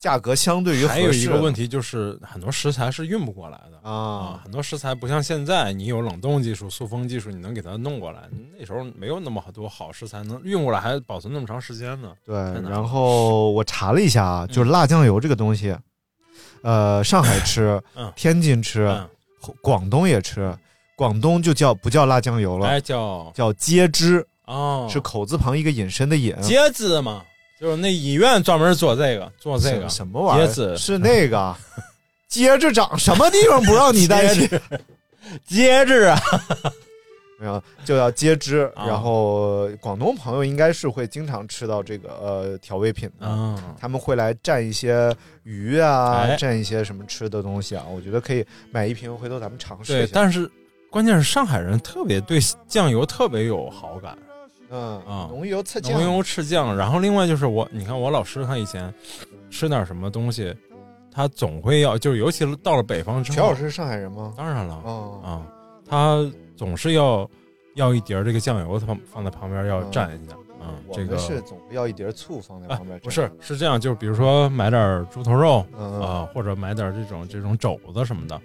Speaker 8: 价格相对于合
Speaker 9: 还
Speaker 8: 适
Speaker 9: 有一个问
Speaker 8: 题
Speaker 9: 题就是，很多食材是运不过来的啊，
Speaker 8: 啊，
Speaker 9: 很多食材不像现在，你有冷冻技术、塑封技术，你能给它弄过来。那时候没有那么多好食材能运过来，还保存那么长时间呢。
Speaker 8: 对。
Speaker 9: 的
Speaker 8: 然后我查了一下啊，
Speaker 9: 嗯
Speaker 8: 就是辣酱油这个东西，呃，上海吃
Speaker 9: 嗯，
Speaker 8: 天津吃，
Speaker 9: 嗯，
Speaker 8: 广东也吃，广东就叫不叫辣酱油了，
Speaker 9: 哎叫
Speaker 8: 叫椰汁，
Speaker 9: 哦，
Speaker 8: 是口字旁一个引申的引。
Speaker 9: 椰子嘛，就是那医院专门做这个，做哦这个
Speaker 8: 什什么玩意
Speaker 9: 椰
Speaker 8: 儿？
Speaker 9: 子
Speaker 8: 是那 个。接着长什么地方不让你带 去？
Speaker 9: 椰子啊，
Speaker 8: 然后就要接汁，
Speaker 9: 啊
Speaker 8: 然后广东朋友应该是会经常吃到这个呃调味品的，
Speaker 9: 嗯，
Speaker 8: 他们会来蘸一些鱼啊，
Speaker 9: 哎
Speaker 8: 蘸一些什么吃的东西啊，我觉得可以买一瓶，回头咱们尝试
Speaker 9: 对
Speaker 8: 一，下。
Speaker 9: 但是关键是上海人特别对酱油特别有好感，
Speaker 8: 嗯
Speaker 9: 啊
Speaker 8: 浓油赤酱
Speaker 9: 浓，油赤酱。然后另外就是我，你看我老师他以前吃点什么东西，他总会要，就是尤其到了北方之
Speaker 8: 乔老
Speaker 9: 后，
Speaker 8: 师是上海人吗？
Speaker 9: 当然了啊、
Speaker 8: 哦，
Speaker 9: 他总是要要一碟儿这个酱油放放在旁边要
Speaker 8: 嗯
Speaker 9: 蘸一下，嗯，
Speaker 8: 我
Speaker 9: 这
Speaker 8: 们
Speaker 9: 个
Speaker 8: 是总会要一碟醋放在
Speaker 9: 啊
Speaker 8: 旁边，，
Speaker 9: 不是，是这样，就是比如说买点儿猪头肉啊、
Speaker 8: 嗯
Speaker 9: 或者买点儿这种这种肘子什么的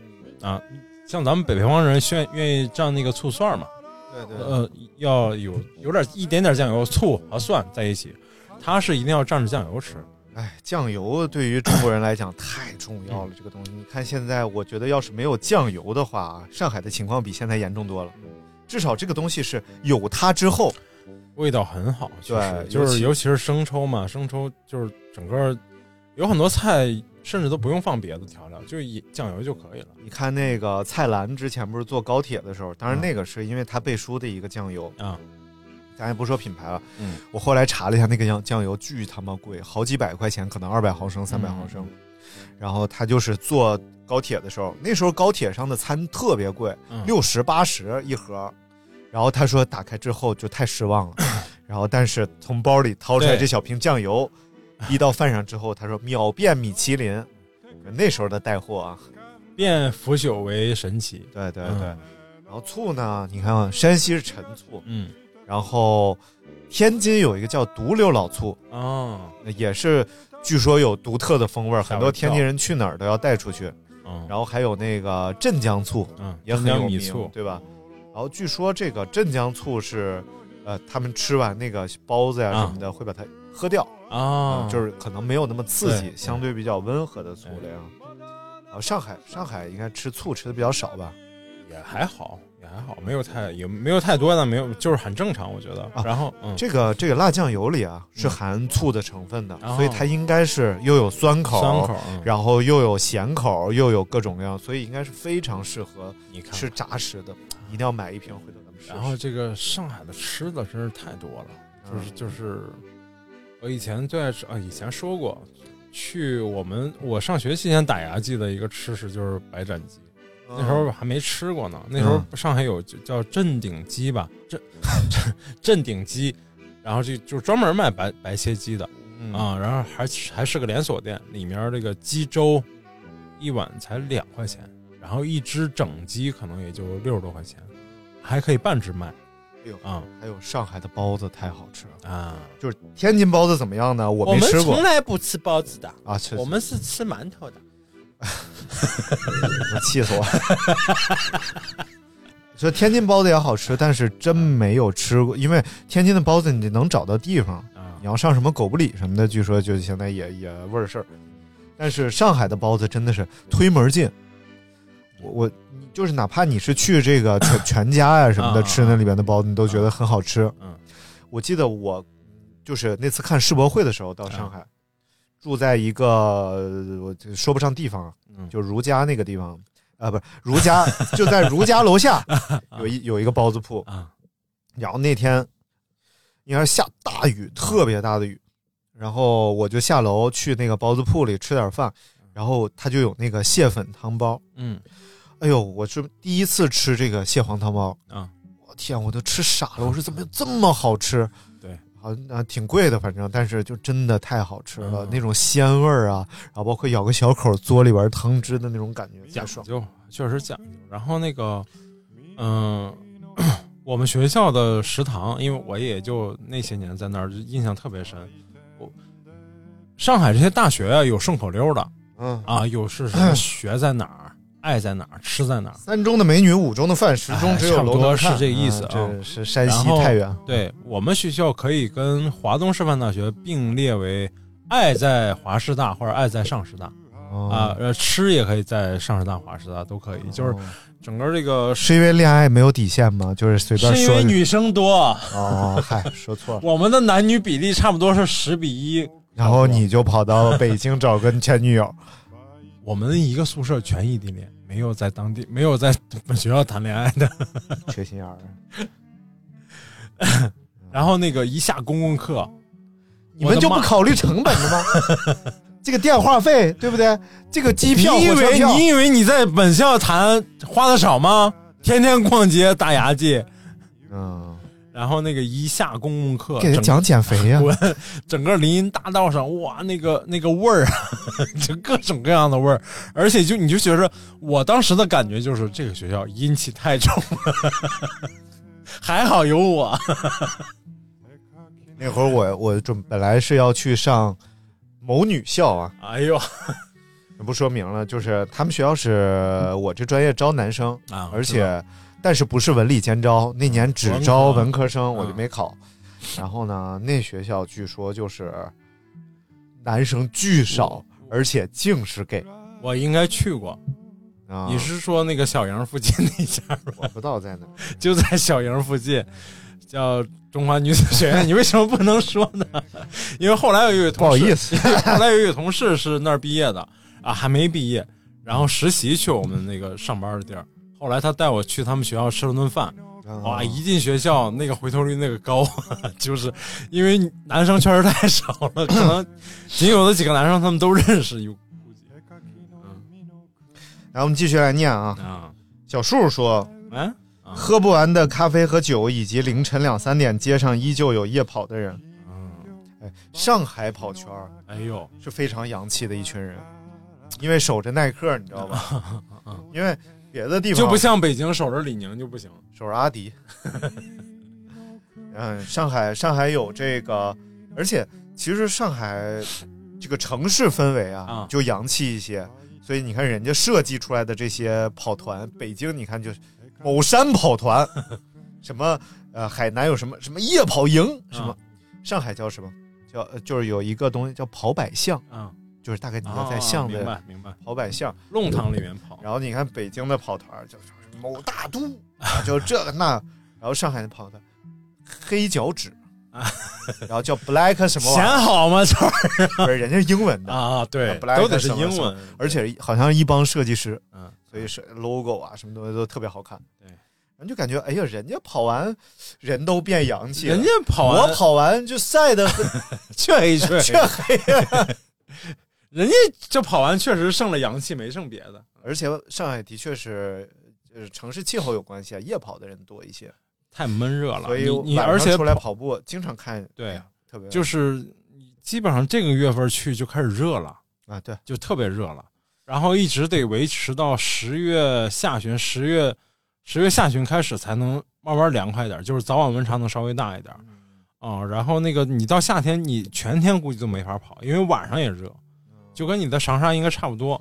Speaker 9: 啊，像咱们北方人愿愿意蘸那个醋蒜儿嘛，
Speaker 8: 对对，对
Speaker 9: 呃，要有有点一点点酱油、醋和蒜在一起，它是一定要蘸着酱油吃。
Speaker 8: 哎，酱油对于中国人来讲太重要了，这个东西。你看现在，我觉得要是没有酱油的话，啊上海的情况比现在严重多了。
Speaker 9: 嗯
Speaker 8: 至少这个东西是有它之后，
Speaker 9: 味道很好，其实
Speaker 8: 对
Speaker 9: 就
Speaker 8: 尤
Speaker 9: 是
Speaker 8: 其
Speaker 9: 尤其是生抽嘛，生抽就是整个有很多菜甚至都不用放别的调料，就一酱油就可以了。
Speaker 8: 你看那个蔡澜之前不是坐高铁的时候，
Speaker 9: 嗯
Speaker 8: 当然那个是因为他背书的一个酱油，
Speaker 9: 啊，
Speaker 8: 咱也不说品牌了。
Speaker 9: 嗯，
Speaker 8: 我后来查了一下那个酱酱油，巨他妈贵，好几百块钱，可能二百毫升、三百毫升。
Speaker 9: 嗯
Speaker 8: 然后他就是坐高铁的时候，那时候高铁上的餐特别贵，
Speaker 9: 嗯
Speaker 8: 六十八十一盒。然后他说打开之后就太 失望了，然后但是从包里掏出来
Speaker 9: 对
Speaker 8: 这小瓶 酱油，滴到饭上之后，他说秒变米其林。那时候的带货啊，
Speaker 9: 变腐朽为神奇。
Speaker 8: 对对
Speaker 9: 嗯
Speaker 8: 对。然后醋呢，你看啊，山西是陈醋，
Speaker 9: 嗯，
Speaker 8: 然后天津有一个叫独流老醋，
Speaker 9: 哦，
Speaker 8: 也是据说有独特的风味儿，
Speaker 9: 吓我一跳
Speaker 8: 很多天津人去哪儿都要带出去。
Speaker 9: 嗯，
Speaker 8: 然后还有那个镇江醋
Speaker 9: 嗯，
Speaker 8: 也很有
Speaker 9: 江
Speaker 8: 名，
Speaker 9: 米醋，
Speaker 8: 对吧？然后据说这个镇江醋是，呃，他们吃完那个包子呀、
Speaker 9: 啊
Speaker 8: 什么的，会把它喝掉，
Speaker 9: 啊，
Speaker 8: 嗯就是可能没有那么刺激，
Speaker 9: 对
Speaker 8: 相对比较温和的醋类啊。然后上海，上海应该吃醋吃的比较少吧？
Speaker 9: 也还好，也还好，没有太也没有太多的，没有就是很正常，我觉得。
Speaker 8: 啊
Speaker 9: 然后嗯，
Speaker 8: 这个这个辣酱油里啊是含醋的成分的，
Speaker 9: 哦
Speaker 8: 所以它应该是又有酸口，
Speaker 9: 三口，嗯
Speaker 8: 然后又有咸口，又有各种各样，所以应该是非常适合
Speaker 9: 你看
Speaker 8: 吃杂食的，一定要买一瓶回头咱们试试。
Speaker 9: 然后这个上海的吃的真是太多了，就是
Speaker 8: 嗯
Speaker 9: 就是，我以前最爱吃啊，以前说过，去我们我上学期间打牙祭的一个吃食就是白斩鸡，
Speaker 8: 嗯
Speaker 9: 那时候还没吃过呢。那时候上海有就叫镇鼎鸡吧，镇 镇镇鼎鸡，然后就就专门卖白白切鸡的
Speaker 8: 嗯
Speaker 9: 啊，然后还还是个连锁店，里面这个鸡粥一碗才两块钱，然后一只整鸡可能也就六十多块钱，还可以半只卖。
Speaker 8: 哎呦
Speaker 9: 啊
Speaker 8: 还有上海的包子太好吃了，
Speaker 9: 啊！
Speaker 8: 就是天津包子怎么样呢？我
Speaker 10: 我
Speaker 8: 没
Speaker 10: 们
Speaker 8: 吃过
Speaker 10: 从来不吃包子的，
Speaker 8: 啊，确实
Speaker 10: 我们是吃馒头的。
Speaker 8: 气死我了！说天津包子也好吃，但是
Speaker 9: 嗯
Speaker 8: 真没有吃过，因为天津的包子你能找到地方，
Speaker 9: 啊
Speaker 8: 你要上什么狗不理什么的，据说就现在也也味儿事儿。
Speaker 9: 嗯
Speaker 8: 但是上海的包子真的是推门进，我我就是哪怕你是去这个 全全家呀、什么的
Speaker 9: 啊
Speaker 8: 吃那里边的包子，你都觉得很好吃。
Speaker 9: 嗯，
Speaker 8: 我记得我就是那次看世博会的时候到
Speaker 9: 啊
Speaker 8: 上海，住在一个呃我就说不上地方啊，
Speaker 9: 嗯
Speaker 8: 就如家那个地方啊，不是如家，就在如家 楼下有一有一个包子铺
Speaker 9: 啊。
Speaker 8: 然后那天应该是下大雨，特别大的雨，然后我就下楼去那个包子铺里吃点饭，然后他就有那个蟹粉汤包。
Speaker 9: 嗯
Speaker 8: 哎呦，我是第一次吃这个蟹黄汤包，
Speaker 9: 啊，
Speaker 8: 我天，我都吃傻了！我说怎么有这么好吃？
Speaker 9: 对，
Speaker 8: 好啊，挺贵的，反正，但是就真的太好吃了，
Speaker 9: 嗯
Speaker 8: 那种鲜味儿啊，然后包括咬个小口嘬里边儿汤汁的那种感觉，太
Speaker 9: 讲
Speaker 8: 爽。
Speaker 9: 究，确实讲究。然后那个，嗯、 我们学校的食堂，因为我也就那些年在那儿，就印象特别深。我上海这些大学啊，有顺口溜的
Speaker 8: 嗯，
Speaker 9: 啊，有是什么学在哪儿，爱在哪儿，吃在哪儿。
Speaker 8: 三中的美女，五中的饭，十中只有
Speaker 9: 哎差不
Speaker 8: 楼
Speaker 9: 多
Speaker 8: 能看
Speaker 9: 是这个意思啊
Speaker 8: 嗯这是山
Speaker 9: 然
Speaker 8: 西
Speaker 9: 后
Speaker 8: 太原。
Speaker 9: 对我们学校可以跟华东师范大学并列为爱在华师大或者爱在上师大啊
Speaker 8: 啊，，
Speaker 9: 呃，吃也可以在上师大、华师大都可以，
Speaker 8: 哦
Speaker 9: 就是整个这个
Speaker 8: 嗯是因为恋爱没有底线吗？就是随便
Speaker 10: 是因
Speaker 8: 说
Speaker 10: 为
Speaker 8: 的。
Speaker 10: 女生多，
Speaker 8: 哦，嗨，说错 了。
Speaker 9: 我们的男女比例差不多是十比一，
Speaker 8: 然后你就跑到北京找个前女友，
Speaker 9: 我们一个宿舍全异地恋，没有在当地，没有在本学校谈恋爱的。
Speaker 8: 缺心眼儿。
Speaker 9: 然后那个一下公共课，
Speaker 8: 你们就不考虑成本了吗？ 这个电话费对不对？这个机
Speaker 9: 你
Speaker 8: 票、
Speaker 9: 以
Speaker 8: 火车
Speaker 9: 为
Speaker 8: 票
Speaker 9: 你以为你在本校谈花的少吗？天天逛街打牙祭，
Speaker 8: 嗯，
Speaker 9: 然后那个一下公共课，
Speaker 8: 给人
Speaker 9: 整
Speaker 8: 讲减肥呀、
Speaker 9: 我整个林荫大道上，哇，那个那个味儿啊， 就各种各样的味儿，而且就你就觉着，我当时的感觉就是这个学校阴气太重了， 还好有我。
Speaker 8: 那会儿我我准本来是要去上某女校啊，
Speaker 9: 哎呦
Speaker 8: 不说明了，就是他们学校是我这专业招男生，
Speaker 9: 啊
Speaker 8: 而且但是不是文理兼招，那年只招文科生，
Speaker 9: 文科
Speaker 8: 我就没考。然后呢，那学校据说就是男生巨少，而且净是 gay
Speaker 9: 我应该去过，
Speaker 8: 啊。嗯
Speaker 9: 你是说那个小营附近那家吗？
Speaker 8: 我不知道在哪儿，
Speaker 9: 就在小营附近，叫中华女子学 院。你为什么不能说呢？因为后来有一位
Speaker 8: 不
Speaker 9: 同事
Speaker 8: 好意思，
Speaker 9: 后来有一个同事是那儿毕业的啊，还没毕业，然后实习去我们那个上班的地儿。后来他带我去他们学校吃了顿饭，
Speaker 8: 啊
Speaker 9: 哇！一进学校那个回头率那个高， 就是因为男生确实太少了，可能仅有的几个男生他们都认识有
Speaker 8: 然后我们继续来念啊。
Speaker 9: 啊，
Speaker 8: 小树说，
Speaker 9: 哎，
Speaker 8: 喝不完的咖啡和酒，以及凌晨两三点街上依旧有夜跑的人。哎，上海跑圈儿
Speaker 9: 哎呦，
Speaker 8: 是非常洋气的一群人，因为守着耐克，你知道吧？ 因为别的地
Speaker 9: 嗯
Speaker 8: 方
Speaker 9: 就不像北京守着李宁就不行
Speaker 8: 守着阿迪。 嗯，上海上海有这个，而且其实上海这个城市氛围啊，
Speaker 9: 啊
Speaker 8: 就洋气一些。所以你看，人家设计出来的这些跑团，北京你看就是某山跑团，什么呃海南有什么什么夜跑营，什么、
Speaker 9: 啊
Speaker 8: 上海叫什么叫呃就是有一个东西叫跑百巷，
Speaker 9: 啊。
Speaker 8: 就是大嗯概你要
Speaker 9: 啊
Speaker 8: 在巷
Speaker 9: 明
Speaker 8: 子
Speaker 9: 白明白，
Speaker 8: 跑百巷，
Speaker 9: 弄堂里面跑，
Speaker 8: 然后你看北京的跑团就是某大 都，啊就这个那，然后上海的跑团黑脚趾， 然后叫 black 什么玩
Speaker 9: 显
Speaker 8: 意儿
Speaker 9: 啊好吗？这 儿
Speaker 8: 不是，人家是英文的，
Speaker 9: 啊，对，
Speaker 8: Black
Speaker 9: 都得是
Speaker 8: 什么
Speaker 9: 英
Speaker 8: 什么
Speaker 9: 文，
Speaker 8: 而且好像一帮设计师，
Speaker 9: 嗯，
Speaker 8: 所以是 logo 啊什么东西都特别好看。
Speaker 9: 对，
Speaker 8: 然后就感觉哎呀，人家跑完人都变洋气了，
Speaker 9: 人家跑完
Speaker 8: 我跑完就晒的
Speaker 9: 却黑 却
Speaker 8: 却黑了。
Speaker 9: 人家这跑完确实剩了阳气，没剩别的。
Speaker 8: 而且上海的确是。呃，城市气候有关系啊，夜跑的人多一些，
Speaker 9: 太闷热了，
Speaker 8: 所以
Speaker 9: 你你
Speaker 8: 晚上
Speaker 9: 而且
Speaker 8: 出来
Speaker 9: 跑
Speaker 8: 跑步经常看，
Speaker 9: 对
Speaker 8: 哎呀特别
Speaker 9: 就是基本上这个月份去就开始热了，
Speaker 8: 啊，对，
Speaker 9: 就特别热了，然后一直得维持到十月下旬，十月十月下旬开始才能慢慢凉快一点，就是早晚温差能稍微大一点。啊、然后那个你到夏天，你全天估计都没法跑，因为晚上也热，就跟你的长沙应该差不多。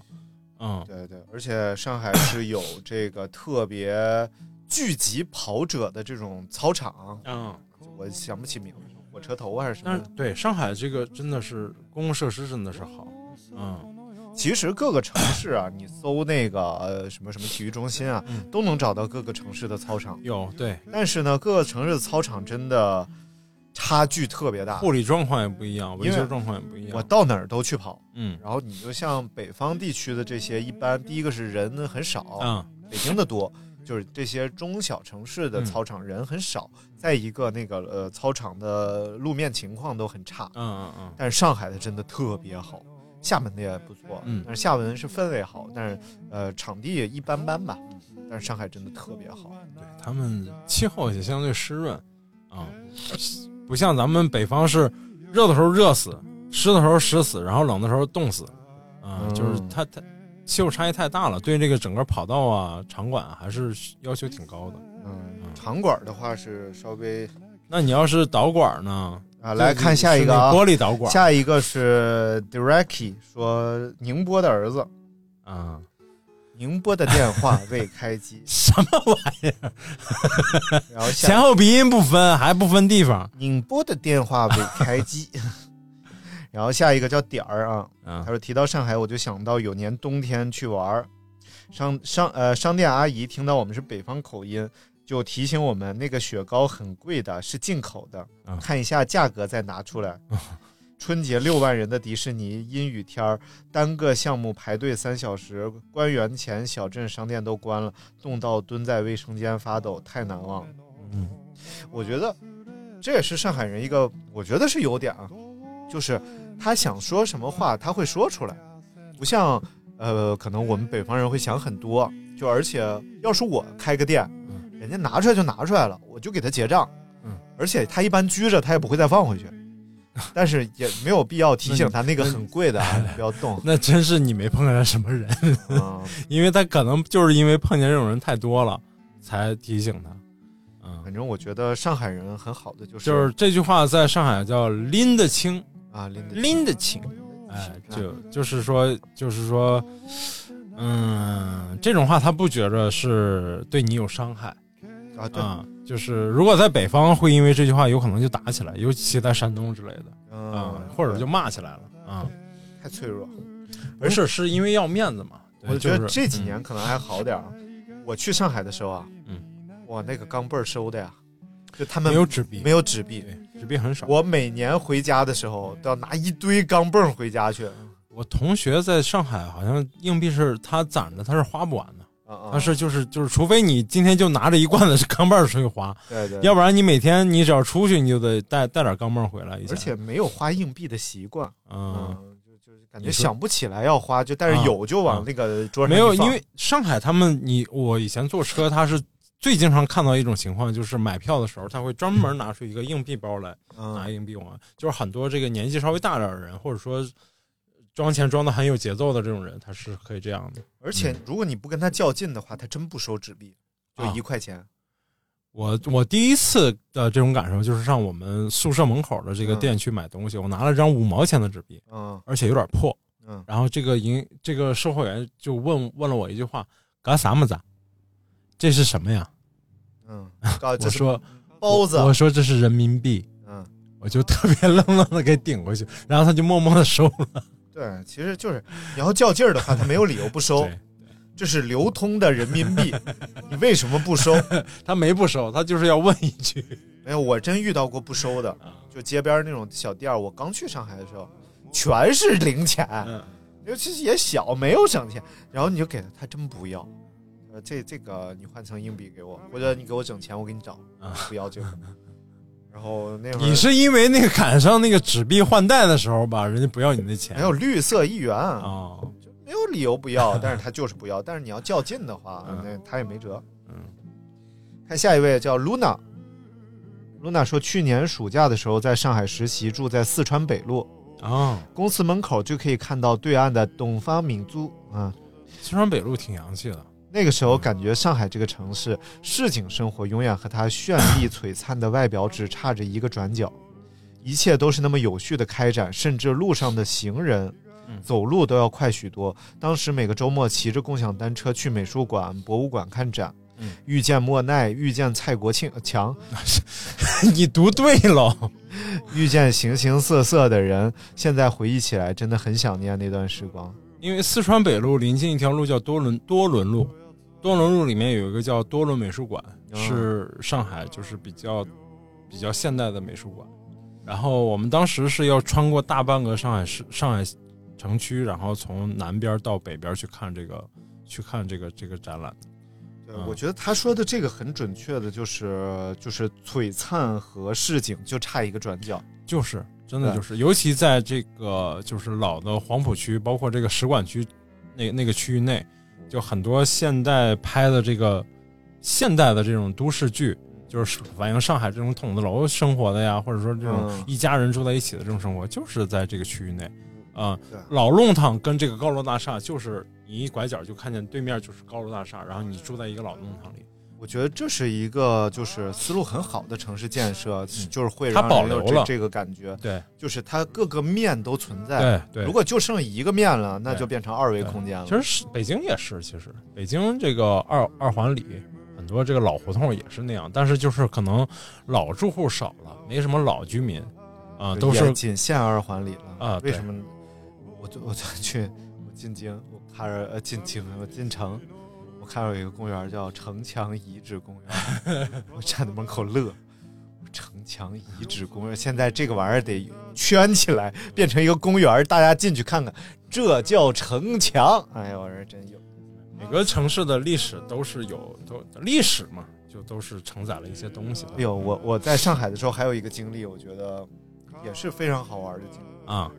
Speaker 9: 嗯，
Speaker 8: 对对，而且上海是有这个特别聚集跑者的这种操场，
Speaker 9: 嗯，
Speaker 8: 我想不起名字，火车头还是什
Speaker 9: 但是
Speaker 8: 么。
Speaker 9: 对上海这个真的是公共设施真的是好，嗯，
Speaker 8: 其实各个城市啊，你搜那个呃什么什么体育中心啊，
Speaker 9: 嗯
Speaker 8: 都能找到各个城市的操场。
Speaker 9: 有对
Speaker 8: 但是呢，各个城市的操场真的差距特别大。
Speaker 9: 护理状况也不一样，维
Speaker 8: 因为
Speaker 9: 修状况也不一样。
Speaker 8: 我到哪儿都去跑，
Speaker 9: 嗯
Speaker 8: 然后你就像北方地区的这些，一般第一个是人很少，
Speaker 9: 嗯
Speaker 8: 北京的多，就是这些中小城市的操场人很少，再一个那个呃操场的路面情况都很差
Speaker 9: 嗯，嗯嗯，
Speaker 8: 但是上海的真的特别好，厦门的也不错，
Speaker 9: 嗯
Speaker 8: 但是厦门是氛围好，但是呃场地也一般般吧，但是上海真的特别好，
Speaker 9: 对他们气候也相对湿润啊、不像咱们北方是热的时候热死，湿的时候湿死，然后冷的时候冻死，啊、
Speaker 8: 嗯
Speaker 9: 就是它它气候差异太大了，对这个整个跑道啊、场馆啊还是要求挺高的。
Speaker 8: 嗯，场馆的话是稍微
Speaker 9: 那你要是导管呢？
Speaker 8: 啊来看下一个啊
Speaker 9: 是那。玻璃导管
Speaker 8: 下一个是 Direki 说，宁波的儿子，
Speaker 9: 啊，，
Speaker 8: 宁波的电话未开机
Speaker 9: 什么玩意儿？
Speaker 8: 然后下一
Speaker 9: 前
Speaker 8: 个
Speaker 9: 后鼻音不分，还不分地方
Speaker 8: 宁波的电话未开机。 然后下一个叫点儿啊，
Speaker 9: 啊
Speaker 8: 他？说提到上海，我就想到有年冬天去玩儿，商商呃商店阿姨听到我们是北方口音，就提醒我们那个雪糕很贵的，是进口的
Speaker 9: 啊，
Speaker 8: 看一下价格再拿出来。春节六万人的迪士尼，阴雨天儿，单个项目排队三小时，关园前小镇商店都关了，冻到蹲在卫生间发抖，太难忘了。
Speaker 9: 嗯，
Speaker 8: 我觉得这也是上海人一个，我觉得是有点啊，就是他想说什么话，他会说出来，不像呃，可能我们北方人会想很多，就而且要是我开个店，人家拿出来就拿出来了，我就给他结账，
Speaker 9: 嗯，
Speaker 8: 而且他一般拘着，他也不会再放 回去。但是也没有必要提醒他那个很贵的啊，你不要 动
Speaker 9: 那真是你没碰见什么人。
Speaker 8: 啊。
Speaker 9: 因为他可能就是因为碰见这种人太多了，才提醒他。嗯，
Speaker 8: 反正我觉得上海人很好的就是
Speaker 9: 就是这句话在上海叫拎得清，
Speaker 8: 啊，拎得清
Speaker 9: 拎得清。哎，就就是说，就是说，嗯，这种话他不觉着是对你有伤害
Speaker 8: 啊，对，
Speaker 9: 啊、就是如果在北方，会因为这句话有可能就打起来，尤其在山东之类的啊、
Speaker 8: 嗯，
Speaker 9: 或者就骂起来了啊。
Speaker 8: 太脆弱了。
Speaker 9: 没事，是因为要面子嘛。对
Speaker 8: 我觉得
Speaker 9: 就是
Speaker 8: 这几
Speaker 9: 嗯
Speaker 8: 年可能还好点儿。我去上海的时候啊，哇，那个钢镚儿收的呀，就他们
Speaker 9: 没有纸币，
Speaker 8: 没有纸币。
Speaker 9: 对纸币很少。
Speaker 8: 我每年回家的时候都要拿一堆钢镚儿回家去。嗯
Speaker 9: 我同学在上海，好像硬币是他攒着，他是花不完的。
Speaker 8: 啊
Speaker 9: 他是就是就是，除非你今天就拿着一罐子钢镚儿出去花，
Speaker 8: 对对，
Speaker 9: 要不然你每天你只要出去，你就得带带点钢镚儿回来一下。
Speaker 8: 而且没有花硬币的习惯，
Speaker 9: 嗯，
Speaker 8: 嗯，就就是感觉
Speaker 9: 你说
Speaker 8: 想不起来要花，就但
Speaker 9: 啊
Speaker 8: 是有就
Speaker 9: 啊
Speaker 8: 往那个桌上
Speaker 9: 没有，
Speaker 8: 一放
Speaker 9: 因为上海他们，你我以前坐车，他是最经常看到一种情况，就是买票的时候，他会专门拿出一个硬币包来，拿
Speaker 8: 嗯
Speaker 9: 硬币往，就是很多这个年纪稍微大点儿的人，或者说装钱装的很有节奏的这种人，他是可以这样的。
Speaker 8: 而且如果你不跟他较劲的话，他真不收纸币，就
Speaker 9: 嗯啊
Speaker 8: 一块钱。
Speaker 9: 我我第一次的这种感受就是上我们宿舍门口的这个
Speaker 8: 嗯
Speaker 9: 店去买东西，我拿了张五毛钱的纸币，
Speaker 8: 嗯
Speaker 9: 而且有点破。
Speaker 8: 嗯，
Speaker 9: 然后这个营这个售货员就问问了我一句话：“干啥么子？啊这是什么呀
Speaker 8: 嗯，告？”
Speaker 9: 我
Speaker 8: 这是
Speaker 9: 说
Speaker 8: 包子啊
Speaker 9: 我，我说这是人民币，
Speaker 8: 嗯。
Speaker 9: 我就特别愣愣的给顶过去，然后他就默默的收了。
Speaker 8: 对，其实就是你要较劲儿的话，他没有理由不收。
Speaker 9: 对，
Speaker 8: 这是流通的人民 币，你为什么不收？
Speaker 9: 他没不收，他就是要问一句。
Speaker 8: 没有，我真遇到过不收的，
Speaker 9: 啊
Speaker 8: 就街边儿那种小店儿。我刚去上海的时候，全是零钱，
Speaker 9: 嗯
Speaker 8: 尤其是也小，没有整钱。然后你就给他，他真不要。呃，这这个你换成硬币给我，或者你给我整钱，我给你找
Speaker 9: 啊。
Speaker 8: 不 要这个。然后那会儿
Speaker 9: 你是因为那个赶上那个纸币换代的时候吧，人家不要你那钱
Speaker 8: 没有绿色啊一元，
Speaker 9: 哦。
Speaker 8: 没有理由不要，但是他就是不要。但是你要较劲的话，
Speaker 9: 嗯
Speaker 8: 那他也没辙。
Speaker 9: 嗯，
Speaker 8: 看下一位叫 Luna。Luna 说，去年暑假的时候在上海实习，住在四川北路，
Speaker 9: 哦，
Speaker 8: 公司门口就可以看到对岸的东方明珠啊。
Speaker 9: 四川北路挺洋气的，
Speaker 8: 那个时候感觉上海这个城市市井生活永远和它绚丽璀璨的外表只差着一个转角，一切都是那么有序的开展，甚至路上的行人
Speaker 10: 嗯
Speaker 8: 走路都要快许多。当时每个周末骑着共享单车去美术馆、博物馆看展
Speaker 10: 嗯，
Speaker 8: 遇见莫奈，遇见蔡国庆呃强，
Speaker 9: 你读对了，
Speaker 8: 遇见形形色色的人。现在回忆起来，真的很想念那段时光。
Speaker 9: 因为四川北路临近一条路叫多伦多伦路，多伦路里面有一个叫多伦美术馆，
Speaker 8: 哦
Speaker 9: 是上海就是比较比较现代的美术馆。然后我们当时是要穿过大半个上海市上海城区，然后从南边到北边去看这个去看这个这个展览。嗯
Speaker 8: 对呃我觉得他说的这个很准确的，就是就是璀璨和市井就差一个转角。
Speaker 9: 就是，真的
Speaker 8: 对
Speaker 9: 就是，尤其在这个就是老的黄浦区，包括这个使馆区那那个区域内，就很多现代拍的这个现代的这种都市剧，就是反映上海这种筒子楼生活的呀，或者说这种
Speaker 8: 嗯
Speaker 9: 一家人住在一起的这种生活，就是在这个区域内。啊、
Speaker 8: 嗯对
Speaker 9: 老弄堂跟这个高楼大厦，就是你一拐角就看见对面就是高楼大厦，然后你住在一个老弄堂里，
Speaker 8: 我觉得这是一个就是思路很好的城市建设，就是会
Speaker 9: 嗯它
Speaker 8: 让
Speaker 9: 保
Speaker 8: 人有
Speaker 9: 留
Speaker 8: 这
Speaker 9: 了
Speaker 8: 这个感觉，
Speaker 9: 对
Speaker 8: 就是它各个面都存在。
Speaker 9: 对对
Speaker 8: 如。果就剩一个面了，那
Speaker 9: 对
Speaker 8: 就变成二维
Speaker 9: 对
Speaker 8: 空间了。
Speaker 9: 其实是北京也是，其实北京这个二二环里很多这个老胡同也是那样，但是就是可能老住户少了，没什么老居民啊、
Speaker 8: 就
Speaker 9: 都
Speaker 8: 也
Speaker 9: 是
Speaker 8: 仅限二环里了
Speaker 9: 啊对
Speaker 8: 为什么？我就我就 去我进京，我看着呃进京我进城，我看着有一个公园叫城墙遗址公园，我站在门口乐。我城墙遗址公园，现在这个玩意儿得圈起来，变成一个公园，大家进去看看，这叫城墙。哎呦，我说真有，
Speaker 9: 每个城市的历史都是有都历史嘛，就都是承载了一些东西的。
Speaker 8: 哎呦，我我在上海的时候还有一个经历，我觉得也是非常好玩的经历。
Speaker 9: 啊，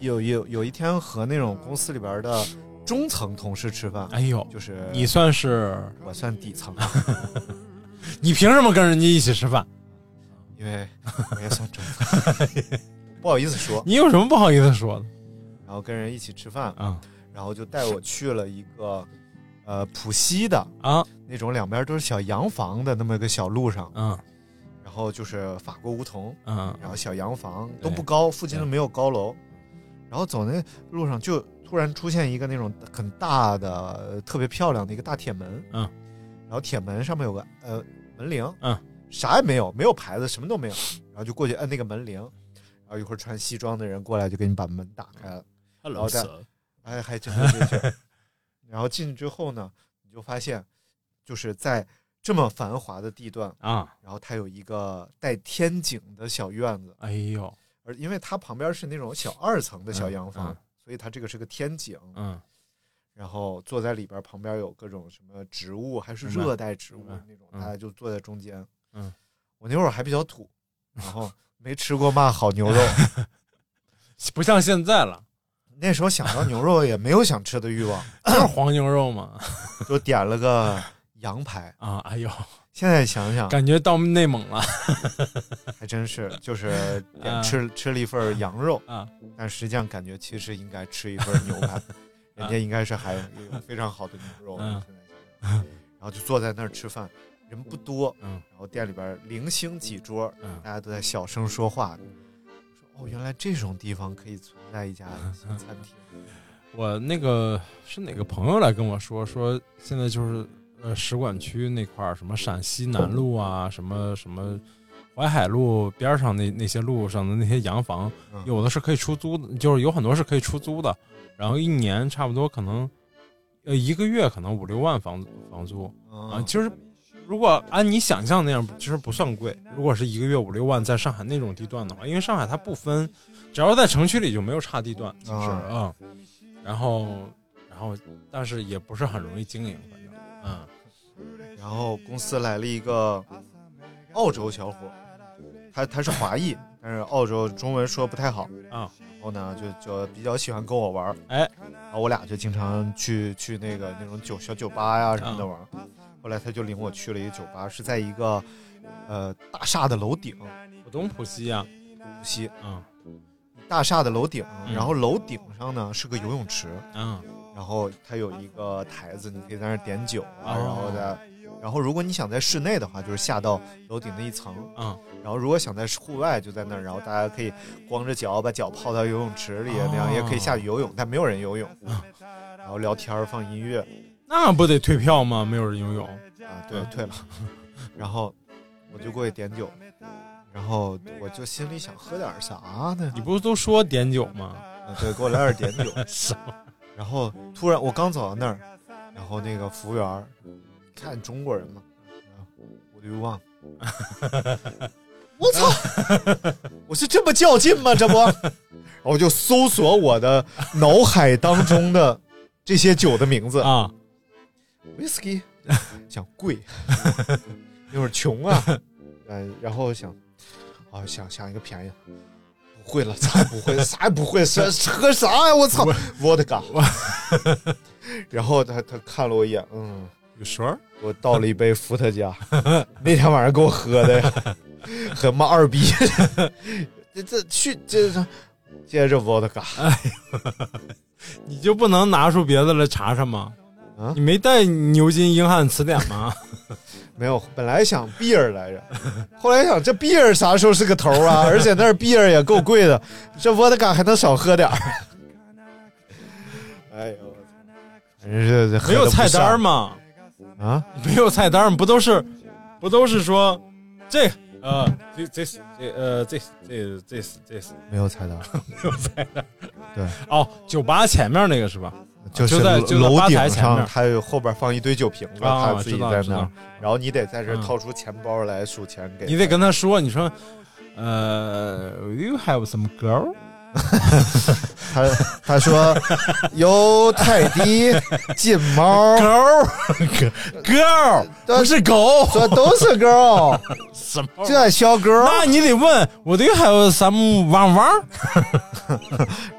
Speaker 8: 有有有一天和那种公司里边的中层同事吃饭，
Speaker 9: 哎呦，
Speaker 8: 就是
Speaker 9: 你算是
Speaker 8: 我算底层，
Speaker 9: 你凭什么跟人家一起吃饭？
Speaker 8: 因为我也算中层， 不好意思说。
Speaker 9: 你有什么不好意思说的
Speaker 8: 然后跟人一起吃饭，
Speaker 9: 啊
Speaker 8: 然后就带我去了一个呃浦西的
Speaker 9: 啊
Speaker 8: 那种两边都是小洋房的那么一个小路上，
Speaker 9: 嗯
Speaker 8: 然后就是法国梧桐，
Speaker 9: 嗯
Speaker 8: 然后小洋房
Speaker 9: 对
Speaker 8: 都不高，附近
Speaker 9: 对
Speaker 8: 都没有高楼，然后走那路上就突然出现一个那种很大的、呃特别漂亮的一个大铁门，
Speaker 9: 嗯，
Speaker 8: 然后铁门上面有个呃门铃，
Speaker 9: 嗯，
Speaker 8: 啥也没有，没有牌子，什么都没有，然后就过去摁那个门铃，然后一会儿穿西装的人过来就给你把门打开了，
Speaker 10: ，Hello
Speaker 8: 老大
Speaker 10: sir
Speaker 8: 哎，还真是这 样然后进去之后呢，你就发现就是在这么繁华的地段，
Speaker 9: 啊，
Speaker 8: 然后它有一个带天井的小院子。
Speaker 9: 哎呦，
Speaker 8: 而因为它旁边是那种小二层的小洋房，
Speaker 9: 嗯嗯
Speaker 8: 所以它这个是个天井，
Speaker 9: 嗯
Speaker 8: 然后坐在里边，旁边有各种什么植物，还是
Speaker 9: 明白
Speaker 8: 热带植物
Speaker 9: 明白
Speaker 8: 那种，
Speaker 9: 嗯
Speaker 8: 大家就坐在中间。
Speaker 9: 嗯，
Speaker 8: 我那会儿还比较土，然后没吃过嘛好牛 肉，
Speaker 9: 不像现在了，
Speaker 8: 那时候想到牛肉也没有想吃的欲望，
Speaker 9: 就是黄牛肉嘛
Speaker 8: 就点了个羊排。
Speaker 9: 啊，哎呦，
Speaker 8: 现在想想，
Speaker 9: 感觉到内蒙了。
Speaker 8: 还真是 就是点
Speaker 9: 啊
Speaker 8: 吃吃了一份羊肉，
Speaker 9: 啊，
Speaker 8: 但实际上感觉其实应该吃一份牛 排，人家应该是还有非常好的牛肉。
Speaker 9: 嗯
Speaker 8: 现在想想 然后就坐在那儿吃饭，人不多，
Speaker 9: 嗯
Speaker 8: 然后店里边零星几桌，
Speaker 9: 嗯
Speaker 8: 大家都在小声说话。我说哦，原来这种地方可以存 在一家西餐厅。
Speaker 9: 我那个是哪个朋友来跟我说，说现在就是呃使馆区那块儿，什么陕西南路啊，什么什么淮海路边儿上那那些路上的那些洋房，
Speaker 8: 嗯
Speaker 9: 有的是可以出租的，就是有很多是可以出租的，然后一年差不多可能呃一个月可能五六万房房租啊，
Speaker 8: 嗯，
Speaker 9: 就是。如果按你想象那样，其实不算贵。如果是一个月五六万，在上海那种地段的话，因为上海它不分，只要在城区里就没有差地段，其实
Speaker 8: 啊
Speaker 9: 啊、嗯然后，然后，但是也不是很容易经营，反正，嗯，
Speaker 8: 然后公司来了一个澳洲小伙，
Speaker 9: 嗯
Speaker 8: 他他是华裔，但是澳洲中文说不太好
Speaker 9: 啊。
Speaker 8: 然后呢，就就比较喜欢跟我玩儿，
Speaker 9: 哎，
Speaker 8: 然后我俩就经常去去那个那种酒小酒吧呀什么的玩儿。
Speaker 9: 嗯
Speaker 8: 后来他就领我去了一个酒吧，是在一个呃大厦的楼顶，
Speaker 9: 浦东浦西啊，
Speaker 8: 浦西
Speaker 9: 嗯
Speaker 8: 大厦的楼顶，
Speaker 9: 嗯
Speaker 8: 然后楼顶上呢是个游泳池，
Speaker 9: 嗯，
Speaker 8: 然然后它有一个台子，你可以在那儿点酒啊，然后在，然后如果你想在室内的话，就是下到楼顶那一层，
Speaker 10: 嗯，
Speaker 8: 然后如果想在户外，就在那儿，然后大家可以光着脚把脚泡到游泳池里，啊那样也可以下去游泳，但没有人游泳， 然后聊天儿放音乐
Speaker 9: 那不得退票吗？没有人游泳，
Speaker 8: 啊，对，退了， 然后我就过去点酒，然后我就心里想喝点啥呢
Speaker 9: 你？不是都说点酒吗？
Speaker 8: 啊对，给我来点点酒，
Speaker 9: 什么？
Speaker 8: 然后突然我刚走到那儿，然后那个服务员儿看中国人嘛，我就忘，我操，我是这么较劲吗？这不，然后我就搜索我的脑海当中的这些酒的名字
Speaker 9: 啊，
Speaker 8: ，whisky，想 贵，那会儿穷 啊，嗯，然后想啊想想一个便宜的。不会了，啥也不 会，啥也不会，啥喝啥呀、我操，我的嘎！ 然后他他看了我一眼，嗯，
Speaker 9: 有水儿
Speaker 8: 给我倒了一杯伏特 加，那天晚上给我喝的 呀，很妈二逼， 这这去这这接着 vodka，
Speaker 9: 你就不能拿出别的来查查吗？
Speaker 8: 啊
Speaker 9: 你没带牛津英汉词典 吗？
Speaker 8: 没有，本来想 beer 来着， 后来想这 beer 啥时候是个头 啊？而且那儿 beer 也够贵的，这 vodka 还能少 喝点儿。哎呦，我操反正是
Speaker 9: 没有菜单吗？
Speaker 8: 啊？
Speaker 9: 没有菜单，不都是不都是说这呃这这这呃这这这这
Speaker 8: 没有菜 单，
Speaker 9: 没有菜单
Speaker 8: 对，
Speaker 9: 哦，酒吧前面那个是吧？
Speaker 8: 就是
Speaker 9: 就在就在
Speaker 8: 楼
Speaker 9: 吧台
Speaker 8: 顶
Speaker 9: 前
Speaker 8: 上，
Speaker 9: 面
Speaker 8: 它有后边放一堆酒瓶子，
Speaker 9: 啊
Speaker 8: 他自己
Speaker 9: 知道
Speaker 8: 在
Speaker 9: 知
Speaker 8: 那
Speaker 9: 道
Speaker 8: 儿，然后你得在这
Speaker 9: 嗯
Speaker 8: 掏出钱包来数钱给他，
Speaker 9: 你得跟他说，你说呃，you have some girl，
Speaker 8: 他 他说由泰迪进猫
Speaker 9: girl 不是狗，
Speaker 8: 这都是 girl，
Speaker 9: 什么？
Speaker 8: 这小 girl，
Speaker 9: 那你得问我得 have some 汪汪，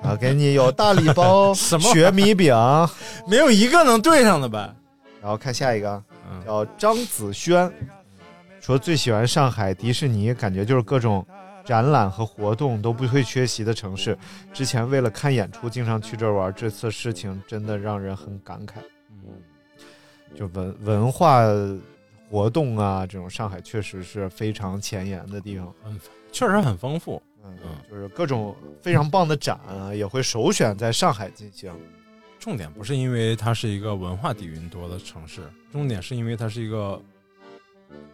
Speaker 8: 啊，给你有大礼 包
Speaker 9: 什么玩意儿
Speaker 8: 雪米饼，然
Speaker 9: 没有一个能对上的呗。
Speaker 8: 后看下一个
Speaker 9: 嗯
Speaker 8: 叫张子轩，说最喜欢上海迪士尼，感觉就是各种。展览和活动都不会缺席的城市。之前为了看演出，经常去这儿玩，这次事情真的让人很感慨。就文文化活动啊，这种上海确实是非常前沿的地方。
Speaker 9: 确实很丰富，
Speaker 8: 嗯
Speaker 9: 嗯，
Speaker 8: 就是各种非常棒的展啊，也会首选在上海进行。
Speaker 9: 重点不是因为它是一个文化底蕴多的城市，重点是因为它是一个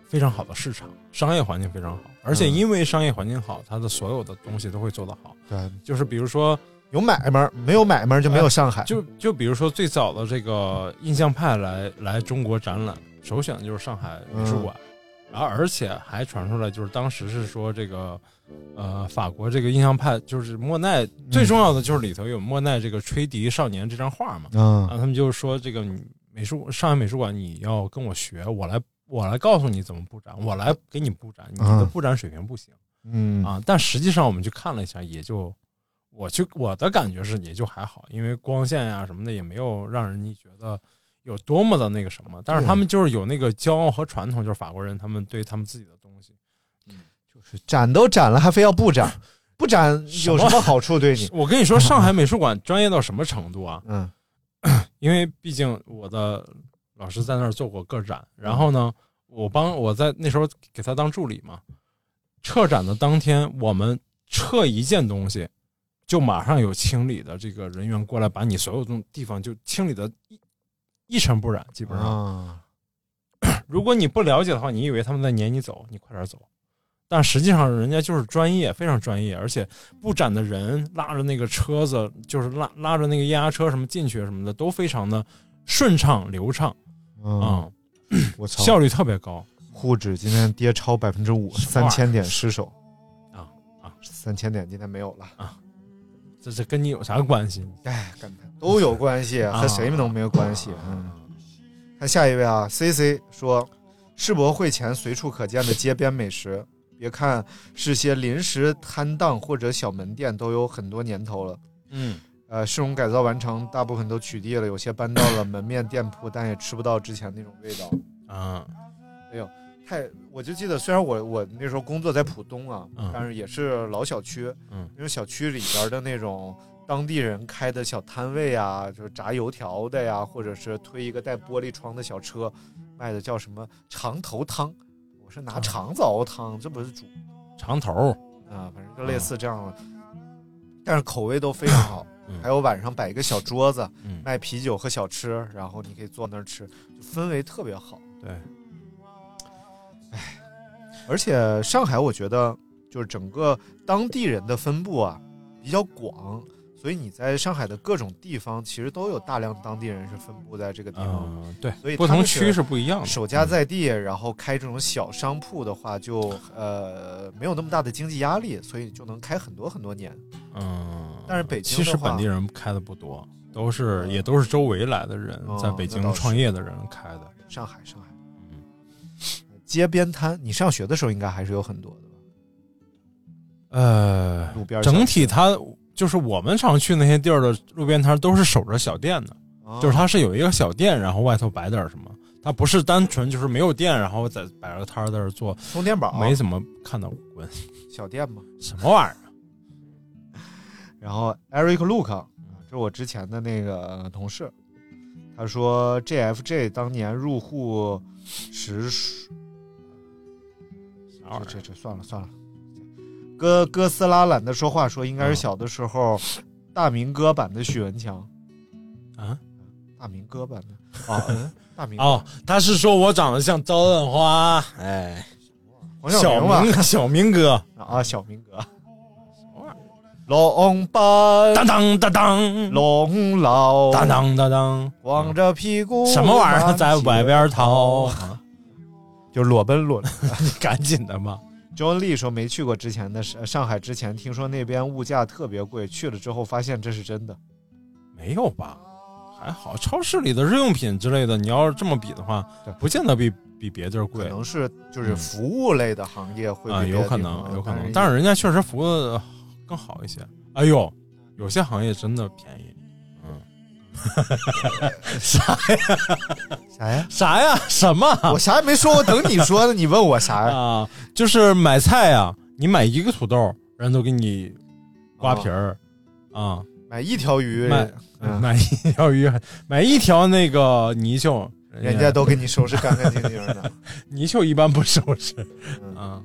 Speaker 9: 非常好的市场，商业环境非常好，而且因为商业环境好，它的所有的东西都会做得好。
Speaker 8: 对，
Speaker 9: 就是比如说，
Speaker 8: 有买卖儿，没有买卖儿就没有上海。
Speaker 9: 就就比如说最早的这个印象派来来中国展览，首选就是上海美术馆，然后而且还传出来，就是当时是说这个呃法国这个印象派，就是莫奈最重要的就是里头有莫奈这个吹笛少年这张画嘛，
Speaker 8: 嗯
Speaker 9: 然啊后他们就说这个你美术上海美术馆你要跟我学，我来我来告诉你怎么布展，我来给你布展，你的
Speaker 8: 嗯
Speaker 9: 布展水平不行
Speaker 8: 嗯
Speaker 9: 啊。但实际上我们去看了一下，也就我去我的感觉是也就还好，因为光线呀、什么的也没有让人你觉得有多么的那个什么。但是他们就是有那个骄傲和传统，就是法国人他们对他们自己的东西。
Speaker 8: 展都展了，还非要 不展，不展有什么好处对你？
Speaker 9: 我跟你说，上海美术馆专业到什么程度啊？
Speaker 8: 嗯
Speaker 9: 因为毕竟我的老师在那儿做过个展，然后呢，我帮我在那时候给他当助理嘛。撤展的当天，我们撤一件东西，就马上有清理的这个人员过来，把你所有东地方就清理的一一尘不染，基本上。
Speaker 8: 啊，
Speaker 9: 如果你不了解的话，你以为他们在撵你走，你快点走。但实际上，人家就是专业，非常专业，而且布展的人拉着那个车子，就是拉拉着那个液压车什么进去什么的，都非常的顺畅流畅啊、
Speaker 8: 嗯，我操！
Speaker 9: 效率特别高。
Speaker 8: 沪指今天跌超百分之五，
Speaker 9: 什么玩意
Speaker 8: 三
Speaker 9: 儿
Speaker 8: 千点失守
Speaker 9: 啊啊！
Speaker 8: 三千点今天没有了，
Speaker 9: 这这跟你有啥关系？
Speaker 8: 哎，感叹都有关系，
Speaker 9: 啊
Speaker 8: 和谁能没有关系？嗯，看下一位啊，C C 说，世博会前随处可见的街边美食，别看是些临时摊档或者小门店，都有很多年头了。
Speaker 9: 嗯，
Speaker 8: 呃，市容改造完成，大部分都取缔了，有些搬到了门面店铺，但也吃不到之前那种味道。
Speaker 9: 啊，
Speaker 8: 太，我就记得，虽然我我那时候工作在浦东啊，
Speaker 9: 嗯
Speaker 8: 但是也是老小区，
Speaker 9: 嗯
Speaker 8: 那种小区里边的那种当地人开的小摊位啊，就是炸油条的呀，或者是推一个带玻璃窗的小车，卖的叫什么肠头汤。我是
Speaker 9: 嗯
Speaker 8: 拿肠子熬汤，这不是煮
Speaker 9: 长头儿，
Speaker 8: 啊，反正就类似这样的，但是口味都非常好。
Speaker 9: 嗯
Speaker 8: 还有晚上摆一个小桌子，
Speaker 9: 嗯，
Speaker 8: 卖啤酒和小吃，然后你可以坐那儿吃，就氛围特别好。
Speaker 9: 对，
Speaker 8: 而且上海，我觉得就是整个当地人的分布啊比较广，所以你在上海的各种地方其实都有大量当地人是分布在这个地方。
Speaker 9: 嗯，对，
Speaker 8: 所以
Speaker 9: 不
Speaker 8: 他
Speaker 9: 同
Speaker 8: 们
Speaker 9: 区
Speaker 8: 是
Speaker 9: 是不一样的。
Speaker 8: 守家在地，然后开这种小商铺的话，就呃没有那么大的经济压力，所以就能开很多很多年。
Speaker 9: 嗯，
Speaker 8: 但是北京
Speaker 9: 其实
Speaker 8: 的话嗯
Speaker 9: 本地人开的不多，都是也都是周围来的人，
Speaker 8: 哦
Speaker 9: 在北京
Speaker 8: 那倒是
Speaker 9: 创业的人开的。
Speaker 8: 上海，上海
Speaker 9: 嗯，
Speaker 8: 街边摊，你上学的时候应该还是有很多的吧？
Speaker 9: 呃，
Speaker 8: 路边儿
Speaker 9: 整
Speaker 8: 小
Speaker 9: 体
Speaker 8: 吃
Speaker 9: 它就是我们常去那些地儿的路边摊都是守着小店的，
Speaker 8: 啊
Speaker 9: 就是它是有一个小店，然后外头摆点儿什么，它不是单纯就是没有店，然后再摆个摊儿在这儿做，
Speaker 8: 充电宝，
Speaker 9: 没怎么看到滚
Speaker 8: 小店嘛。
Speaker 9: 什么玩意儿。
Speaker 8: 然后 Eric Luke，啊这是我之前的那个呃同事，他说 JFJ 当年入户时数，
Speaker 9: 啥玩意
Speaker 8: 这这
Speaker 9: 儿
Speaker 8: 这算了算了。哥哥斯拉懒得说话，说应该是小的时候大明哥版的许文强，
Speaker 9: 啊？
Speaker 8: 大明哥版的啊，嗯大明哥
Speaker 9: 哦，他是说我长得像招乱花，哎，
Speaker 8: 黄晓
Speaker 9: 小
Speaker 8: 明吧
Speaker 9: 明小明哥，
Speaker 8: 啊，小明哥
Speaker 9: 玩意儿，
Speaker 8: 龙吧
Speaker 9: 当当当当，
Speaker 8: 龙老
Speaker 9: 当当当当，
Speaker 8: 光着屁股
Speaker 9: 什么玩意儿
Speaker 8: 满
Speaker 9: 在
Speaker 8: 街
Speaker 9: 外边逃？，啊
Speaker 8: 就是裸奔裸
Speaker 9: 你赶紧的吧。
Speaker 8: John Lee 说没去过之前的上上海，之前听说那边物价特别贵，去了之后发现这是真的。
Speaker 9: 没有吧？还好，超市里的日用品之类的，你要是这么比的话
Speaker 8: 对，
Speaker 9: 不见得比比别地儿
Speaker 8: 可
Speaker 9: 贵
Speaker 8: 能是就是
Speaker 9: 嗯
Speaker 8: 服务类的行业会
Speaker 9: 啊、
Speaker 8: 比别
Speaker 9: 有
Speaker 8: 的
Speaker 9: 可
Speaker 8: 地方
Speaker 9: 能，有可能。但
Speaker 8: 但
Speaker 9: 是人家确实服务的更好一些。哎呦，
Speaker 8: 嗯
Speaker 9: 有些行业真的便宜。嗯，啥呀？
Speaker 8: 啥哎呀？
Speaker 9: 啥呀？ 什么
Speaker 8: 我啥也没说，我等你说呢。你问我 啥呀？
Speaker 9: 啊？就是买菜呀、你买一个土豆，人都给你刮皮儿啊、
Speaker 8: 买一条鱼，
Speaker 9: 买
Speaker 8: 哦 嗯
Speaker 9: 买一条鱼，买一条那个泥鳅，
Speaker 8: 人家都给你收拾干干净净的。
Speaker 9: 泥鳅一般不收拾
Speaker 8: 嗯
Speaker 9: 啊。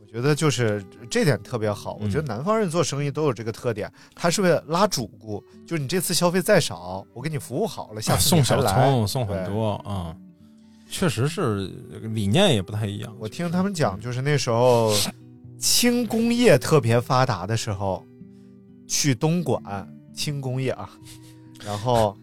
Speaker 8: 我觉得就是这点特别好。
Speaker 9: 嗯
Speaker 8: 我觉得南方人做生意都有这个特点，他是为了拉主顾，就是你这次消费再少，我给你服务好了，下次你
Speaker 9: 啊送
Speaker 8: 还
Speaker 9: 小
Speaker 8: 来。
Speaker 9: 葱送很多啊、确实是理念也不太一样。
Speaker 8: 我听他们讲，就是那时候轻工业特别发达的时候，去东莞轻工业啊，然后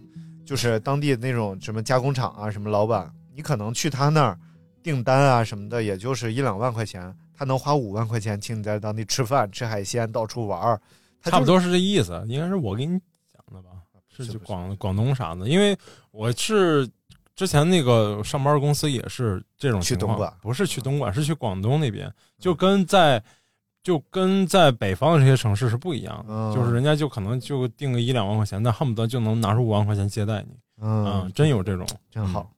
Speaker 8: 就是当地那种什么加工厂啊，什么老板，你可能去他那儿订单啊什么的，也就是一两万块钱，他能花五万块钱请你在当地吃饭、吃海鲜、到处玩儿，他就
Speaker 9: 差不多是这意思，应该是我给你讲的吧？是
Speaker 8: 是
Speaker 9: 就
Speaker 8: 不是
Speaker 9: 广广东啥的，因为我是之前那个上班公司也是这种
Speaker 8: 去
Speaker 9: 情
Speaker 8: 东
Speaker 9: 况
Speaker 8: 莞，嗯
Speaker 9: 不是去东莞，是去广东那边，就跟在。就跟在北方的这些城市是不一样的，
Speaker 8: 嗯
Speaker 9: 就是人家就可能就定个一两万块钱，但恨不得就能拿出五万块钱接待你，啊
Speaker 8: 嗯，
Speaker 9: 真有这种，
Speaker 8: 真好。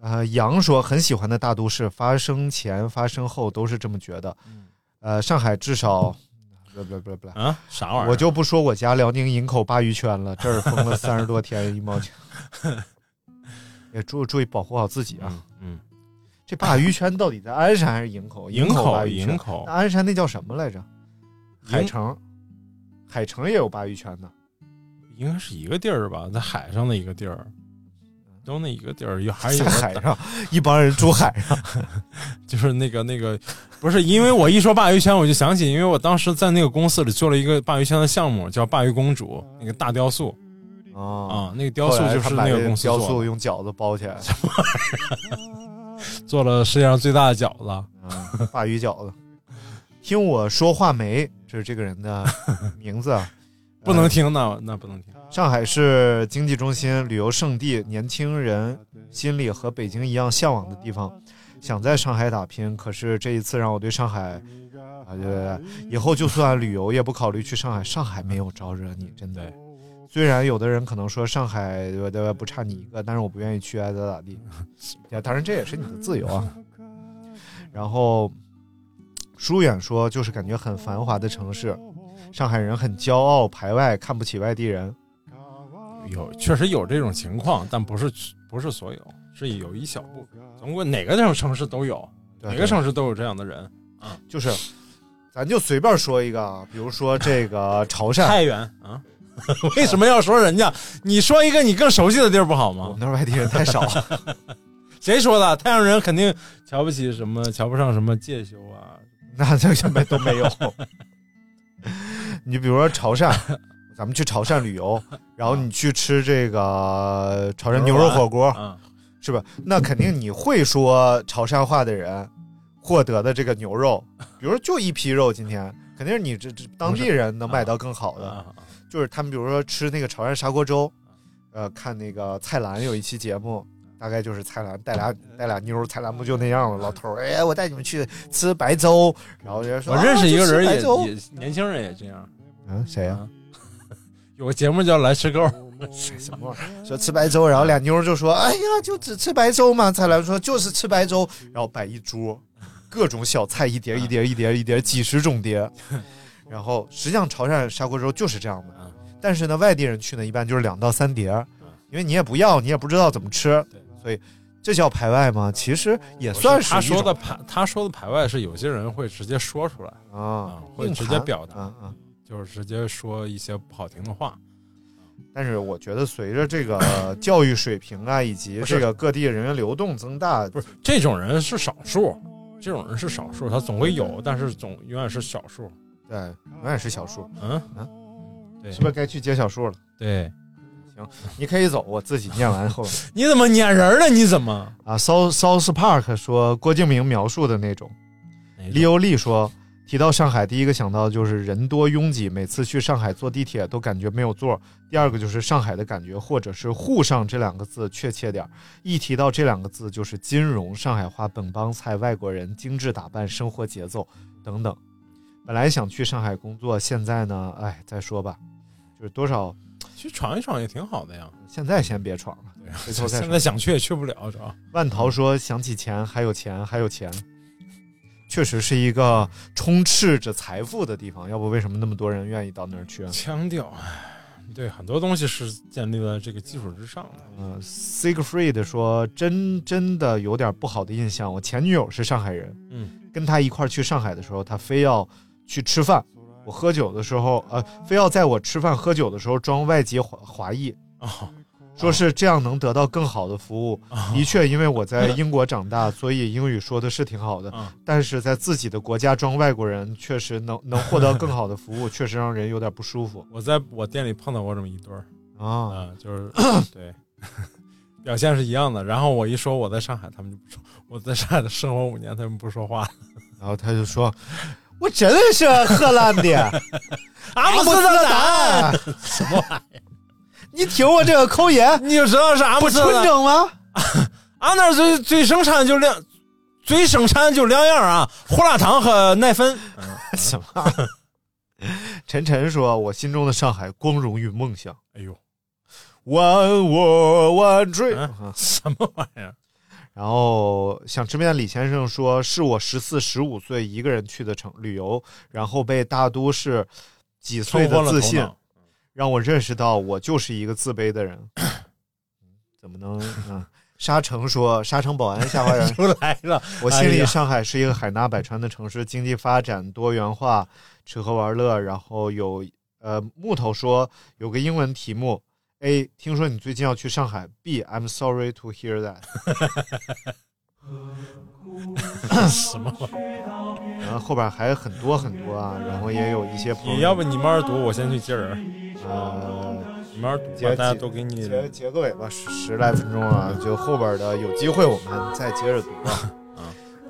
Speaker 8: 呃，杨说很喜欢的大都市，发生前、发生后都是这么觉得。
Speaker 9: 嗯
Speaker 8: 呃，上海至少，不不不不，
Speaker 9: 啊，啥玩意儿？
Speaker 8: 我就不说我家辽宁营口鲅鱼圈了，这儿封了三十多天一 毛钱。也注注意保护好自己啊！
Speaker 9: 嗯嗯，
Speaker 8: 这鲅鱼圈到底在鞍山还是嗯营口？
Speaker 9: 营
Speaker 8: 口
Speaker 9: 口
Speaker 8: 鲅鱼
Speaker 9: 营
Speaker 8: 圈，
Speaker 9: 口
Speaker 8: 那，鞍山那叫什么来着？海
Speaker 9: 营
Speaker 8: 城，海城也有鲅鱼圈呢。
Speaker 9: 应该是一个地儿吧，在海上的一个地儿，都那一个地儿，有还有一啊
Speaker 8: 嗯在
Speaker 9: 个
Speaker 8: 海上，一帮人住海上。
Speaker 9: 就是那个那个，不是因为我一说鲅鱼圈，我就想起，因为我当时在那个公司里做了一个鲅鱼圈的项目，叫鲅鱼公主那个大雕塑
Speaker 8: 哦
Speaker 9: 啊、那个雕塑就是那个公司
Speaker 8: 雕塑
Speaker 9: 做的，
Speaker 8: 用饺子包起来，
Speaker 9: 做了世界上最大的饺子，
Speaker 8: 嗯鲅鱼饺子。听我说话没？这是这个人的名字啊，
Speaker 9: 不能听那那不能听，
Speaker 8: 上海是经济中心、旅游胜地，年轻人心里和北京一样向往的地方，想在上海打拼。可是这一次让我对上海，啊，对对对，以后就算旅游也不考虑去上海，上海没有招惹你，真的
Speaker 9: 对。
Speaker 8: 虽然有的人可能说上海对吧对吧不差你一个，但是我不愿意去，爱咋咋地。呀，当然这也是你的自由啊。然后，疏远说就是感觉很繁华的城市，上海人很骄傲排外，看不起外地人。
Speaker 9: 有确实有这种情况，但不是不是所有，是有一小部分。中国哪个城城市都有，
Speaker 8: 对
Speaker 9: 哪个城市都有这样的人。
Speaker 8: 就是，咱就随便说一个啊，比如说这个 潮汕，
Speaker 9: 太原啊，为什么要说人家？你说一个你更熟悉的地儿不好
Speaker 8: 我们
Speaker 9: 吗？
Speaker 8: 那儿外地人太少了。
Speaker 9: 谁说的？太原人肯定瞧不起什么，瞧不上什么介休啊。
Speaker 8: 那这什么都没有。 你比如说潮汕，咱们去潮汕旅游，然后你去吃这个潮汕牛肉火锅，
Speaker 9: 嗯，
Speaker 8: 是吧？那肯定你会说潮汕话的人获得的这个牛肉，比如说就一批肉，今天肯定是你这这当地人能买到更好的。
Speaker 9: 啊
Speaker 8: 就是他们比如说吃那个潮汕砂锅粥，呃，看那个蔡澜有一期节目，
Speaker 9: 啊
Speaker 8: 大概就是蔡澜带
Speaker 9: 呃
Speaker 8: 俩带俩妞儿，蔡澜不就那样吗？老头儿，哎，我带你们去吃白粥，然后人家说，
Speaker 9: 我认识一个人
Speaker 8: 啊
Speaker 9: 也
Speaker 8: 就吃白粥
Speaker 9: 也年轻人也这样。
Speaker 8: 嗯，谁呀、
Speaker 9: 啊 有个节目叫《来吃 够》，嗯
Speaker 8: 什么玩意儿？说吃白粥，然后俩妞儿就说，哎呀，就只吃白粥嘛。蔡澜说就是吃白粥，然后摆一桌，各种小菜一碟一碟一碟一碟，几十种碟。 然后实际上潮汕砂锅粥就是这样的，
Speaker 9: 嗯
Speaker 8: 但是呢，外地人去呢一般就是两到三碟儿，因为你也不要，你也不知道怎么吃，所以这叫排外吗？其实也算是
Speaker 9: 他
Speaker 8: 一
Speaker 9: 说的
Speaker 8: 种
Speaker 9: 排，他说的排外是有些人会直接说出来，
Speaker 8: 啊
Speaker 9: 啊，会
Speaker 8: 硬
Speaker 9: 直
Speaker 8: 盘
Speaker 9: 接表达
Speaker 8: 啊啊。
Speaker 9: 就是直接说一些不好听的话。
Speaker 8: 但是我觉得随着这个教育水平啊，以及
Speaker 9: 不是
Speaker 8: 这个各地人员流动增大，
Speaker 9: 不是这种人是少数，这种人是少数，他总会有，但是总永远是少数。
Speaker 8: 对，永远是小数，
Speaker 9: 嗯
Speaker 8: 嗯
Speaker 9: 对
Speaker 8: 是不是该去接小数了？
Speaker 9: 对，
Speaker 8: 你可以走，我自己念完后面
Speaker 9: 你怎么撵人了？你怎么？
Speaker 8: 啊。South South Park 说郭敬明描述的那种，李欧利说提到上海，第一个想到就是人多拥挤，每次去上海坐地铁都感觉没有座儿。第二个就是上海的感觉，或者是沪上这两个字确切点儿。一提到这两个字，就是金融、上海话、本帮菜、外国人、精致打扮、生活节奏等等。本来想去上海工作，现在呢，哎，再说吧，就是多少
Speaker 9: 去闯一闯也挺好的呀。
Speaker 8: 现在先别闯了，回头再
Speaker 9: 啊现
Speaker 8: 说。
Speaker 9: 在想去也去不了，主要
Speaker 8: 万桃说：“想起钱，还有钱，还有钱，确实是一个充斥着财富的地方。要不为什么那么多人愿意到那儿去啊？
Speaker 9: 腔调。唉对，很多东西是建立在这个基础之上的。
Speaker 8: 嗯、s i g f r i e d 说：“真真的有点不好的印象。我前女友是上海人，
Speaker 9: 嗯，
Speaker 8: 跟她一块儿去上海的时候，她非要去吃饭。我喝酒的时候，呃，非要在我吃饭喝酒的时候装外籍华华裔，
Speaker 9: 哦，
Speaker 8: 说是这样能得到更好的服务。的确，因为我在英国长大，所以英语说的是挺好的
Speaker 9: 嗯。
Speaker 8: 但是在自己的国家装外国人，确实能能获得更好的服务，确实让人有点不舒服
Speaker 9: 我在我店里碰到过这么一对儿，
Speaker 8: 啊。
Speaker 9: 啊，就是对， 表现是一样的。然后我一说我在上海，他们就不说；我在上海的生活五年，他们不说话。
Speaker 8: 然后他就说：“我真的是荷兰 的
Speaker 9: 阿姆
Speaker 8: 阿姆斯
Speaker 9: 斯
Speaker 8: 特
Speaker 9: 特丹，
Speaker 8: 丹，什么玩意儿？你听我这个口音，
Speaker 9: 你就知道是阿姆
Speaker 8: 不
Speaker 9: 斯特
Speaker 8: 纯
Speaker 9: 丹。
Speaker 8: 正吗？
Speaker 9: 俺那儿最最生产就两，最生产就两样啊，胡辣汤和奶粉。
Speaker 8: 什么？”晨晨说：“我心中的上海光荣与梦想
Speaker 9: 哎呦，
Speaker 8: ，One World One Dream。
Speaker 9: 嗯
Speaker 8: 啊
Speaker 9: 什么玩意儿？
Speaker 8: 然后想吃面的李先生说，是我十四、十五岁一个人去的城旅游，然后被大都市几岁
Speaker 9: 冲昏了
Speaker 8: 的自
Speaker 9: 头
Speaker 8: 信，
Speaker 9: 脑。，
Speaker 8: 让我认识到我就是一个自卑的人。嗯怎么能啊？沙城说，沙城保安夏花园
Speaker 9: 又来了，
Speaker 8: 我心
Speaker 9: 哎
Speaker 8: 里
Speaker 9: 呀
Speaker 8: 上海是一个海纳百川的城市，经济发展多元化，吃喝玩乐，然后有呃木头说有个英文题目。A，听说你最近要去上海。B，I'm sorry to hear that。
Speaker 9: 什么玩意儿？
Speaker 8: 然后后边还有很多很多啊，然后也有一些朋友，
Speaker 9: 你要不你慢慢读，我先去接人。
Speaker 8: 呃
Speaker 9: 你慢慢读
Speaker 8: 接
Speaker 9: 吧，大家都给你。
Speaker 8: 结结个尾吧，十十来分钟啊，就后边的有机会我们再接着读 吧。啊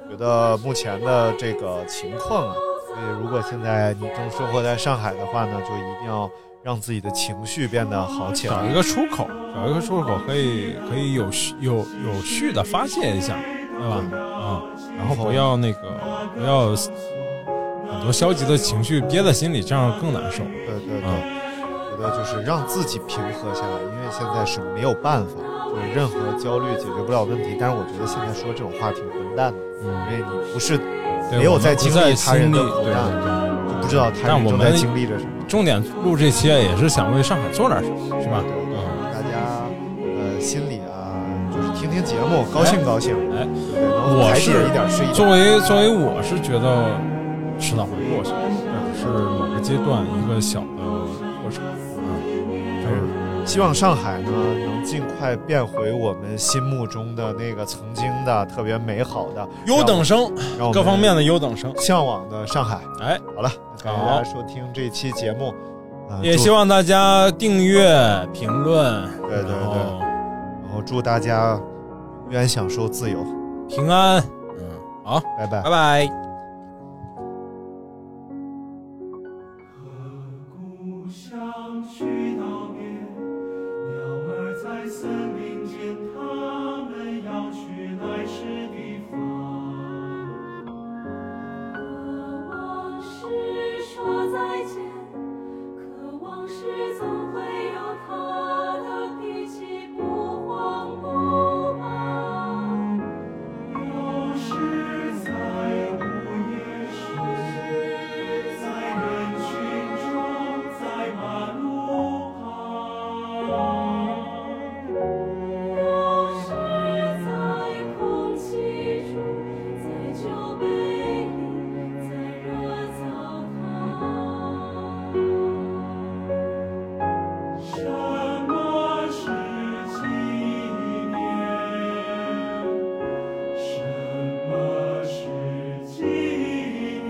Speaker 8: 觉得目前的这个情况啊，所以如果现在你正生活在上海的话呢，就一定要让自己的情绪变得好起
Speaker 9: 找
Speaker 8: 来
Speaker 9: 一。个出口，找一个出口，可以可以有序有有序的发泄一下，对吧？啊、然后不要那个不要很多消极的情绪憋在心里，这样更难受。
Speaker 8: 对对对，
Speaker 9: 嗯
Speaker 8: 觉得就是让自己平和下来，因为现在是没有办法，就是任何焦虑解决不了问题。但是我觉得现在说这种话挺混蛋的，因
Speaker 9: 嗯，
Speaker 8: 为你不是
Speaker 9: 对
Speaker 8: 没有
Speaker 9: 我们
Speaker 8: 在
Speaker 9: 不
Speaker 8: 经历
Speaker 9: 在
Speaker 8: 他人
Speaker 9: 心里
Speaker 8: 的
Speaker 9: 对
Speaker 8: 苦
Speaker 9: 对
Speaker 8: 难
Speaker 9: 对，
Speaker 8: 就不
Speaker 11: 不知道他
Speaker 9: 但
Speaker 11: 们
Speaker 9: 我
Speaker 11: 正
Speaker 9: 们
Speaker 11: 在经历着什么，
Speaker 9: 重点录这些也是想为上海做点什么，是吧？
Speaker 11: 对
Speaker 9: 嗯，
Speaker 11: 大家呃心里啊，就是听听节目，高兴高兴，
Speaker 9: 哎
Speaker 11: 对不对？能
Speaker 9: 我
Speaker 11: 排
Speaker 9: 是
Speaker 11: 解一点是一点。
Speaker 9: 作为作为我是觉得迟早会过去，
Speaker 8: 啊
Speaker 9: 这只是某个阶段一个小的过程。
Speaker 11: 就是希望上海呢能尽快变回我们心目中的那个曾经的特别美好的
Speaker 9: 优等，生，
Speaker 11: 让我们
Speaker 9: 各方面的优等生。
Speaker 11: 向往的上海。
Speaker 9: 哎，
Speaker 11: 好了，感谢大家收听这期节目，呃
Speaker 9: 也
Speaker 11: 祝
Speaker 9: 希望大家订阅、评论，
Speaker 11: 对对
Speaker 9: 然后
Speaker 11: 然后祝大家永远享受自由，
Speaker 9: 平安。嗯，好，
Speaker 11: 拜拜
Speaker 9: 拜。拜。
Speaker 8: 故乡去道别，鸟儿在森林间，它们要去来时地方。
Speaker 12: 渴望是说再见，渴望是总会有他的脾气不慌不忙。
Speaker 8: 有时在午夜时，在人群中，在马路旁。
Speaker 12: 有时在空气中，在酒杯里，在热澡堂。
Speaker 8: 什么是纪念？什么是纪念？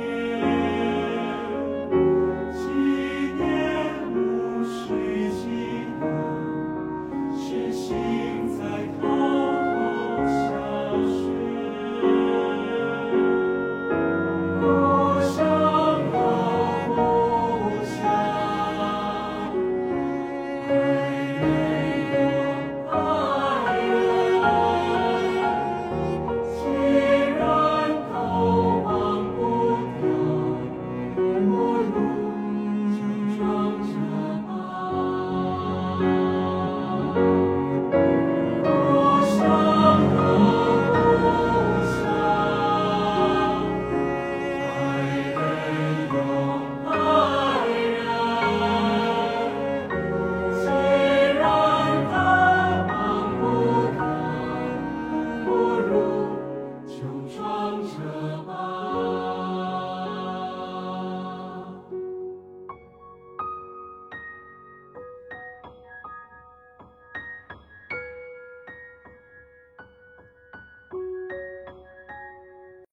Speaker 8: 纪念无需期待，是心在偷偷下雪。故乡的故乡。爱人哟，爱人，既然都忘不掉，不如就装着吧。故乡的故乡，爱人哟，爱人。
Speaker 12: 既然都忘不掉，不如就装着。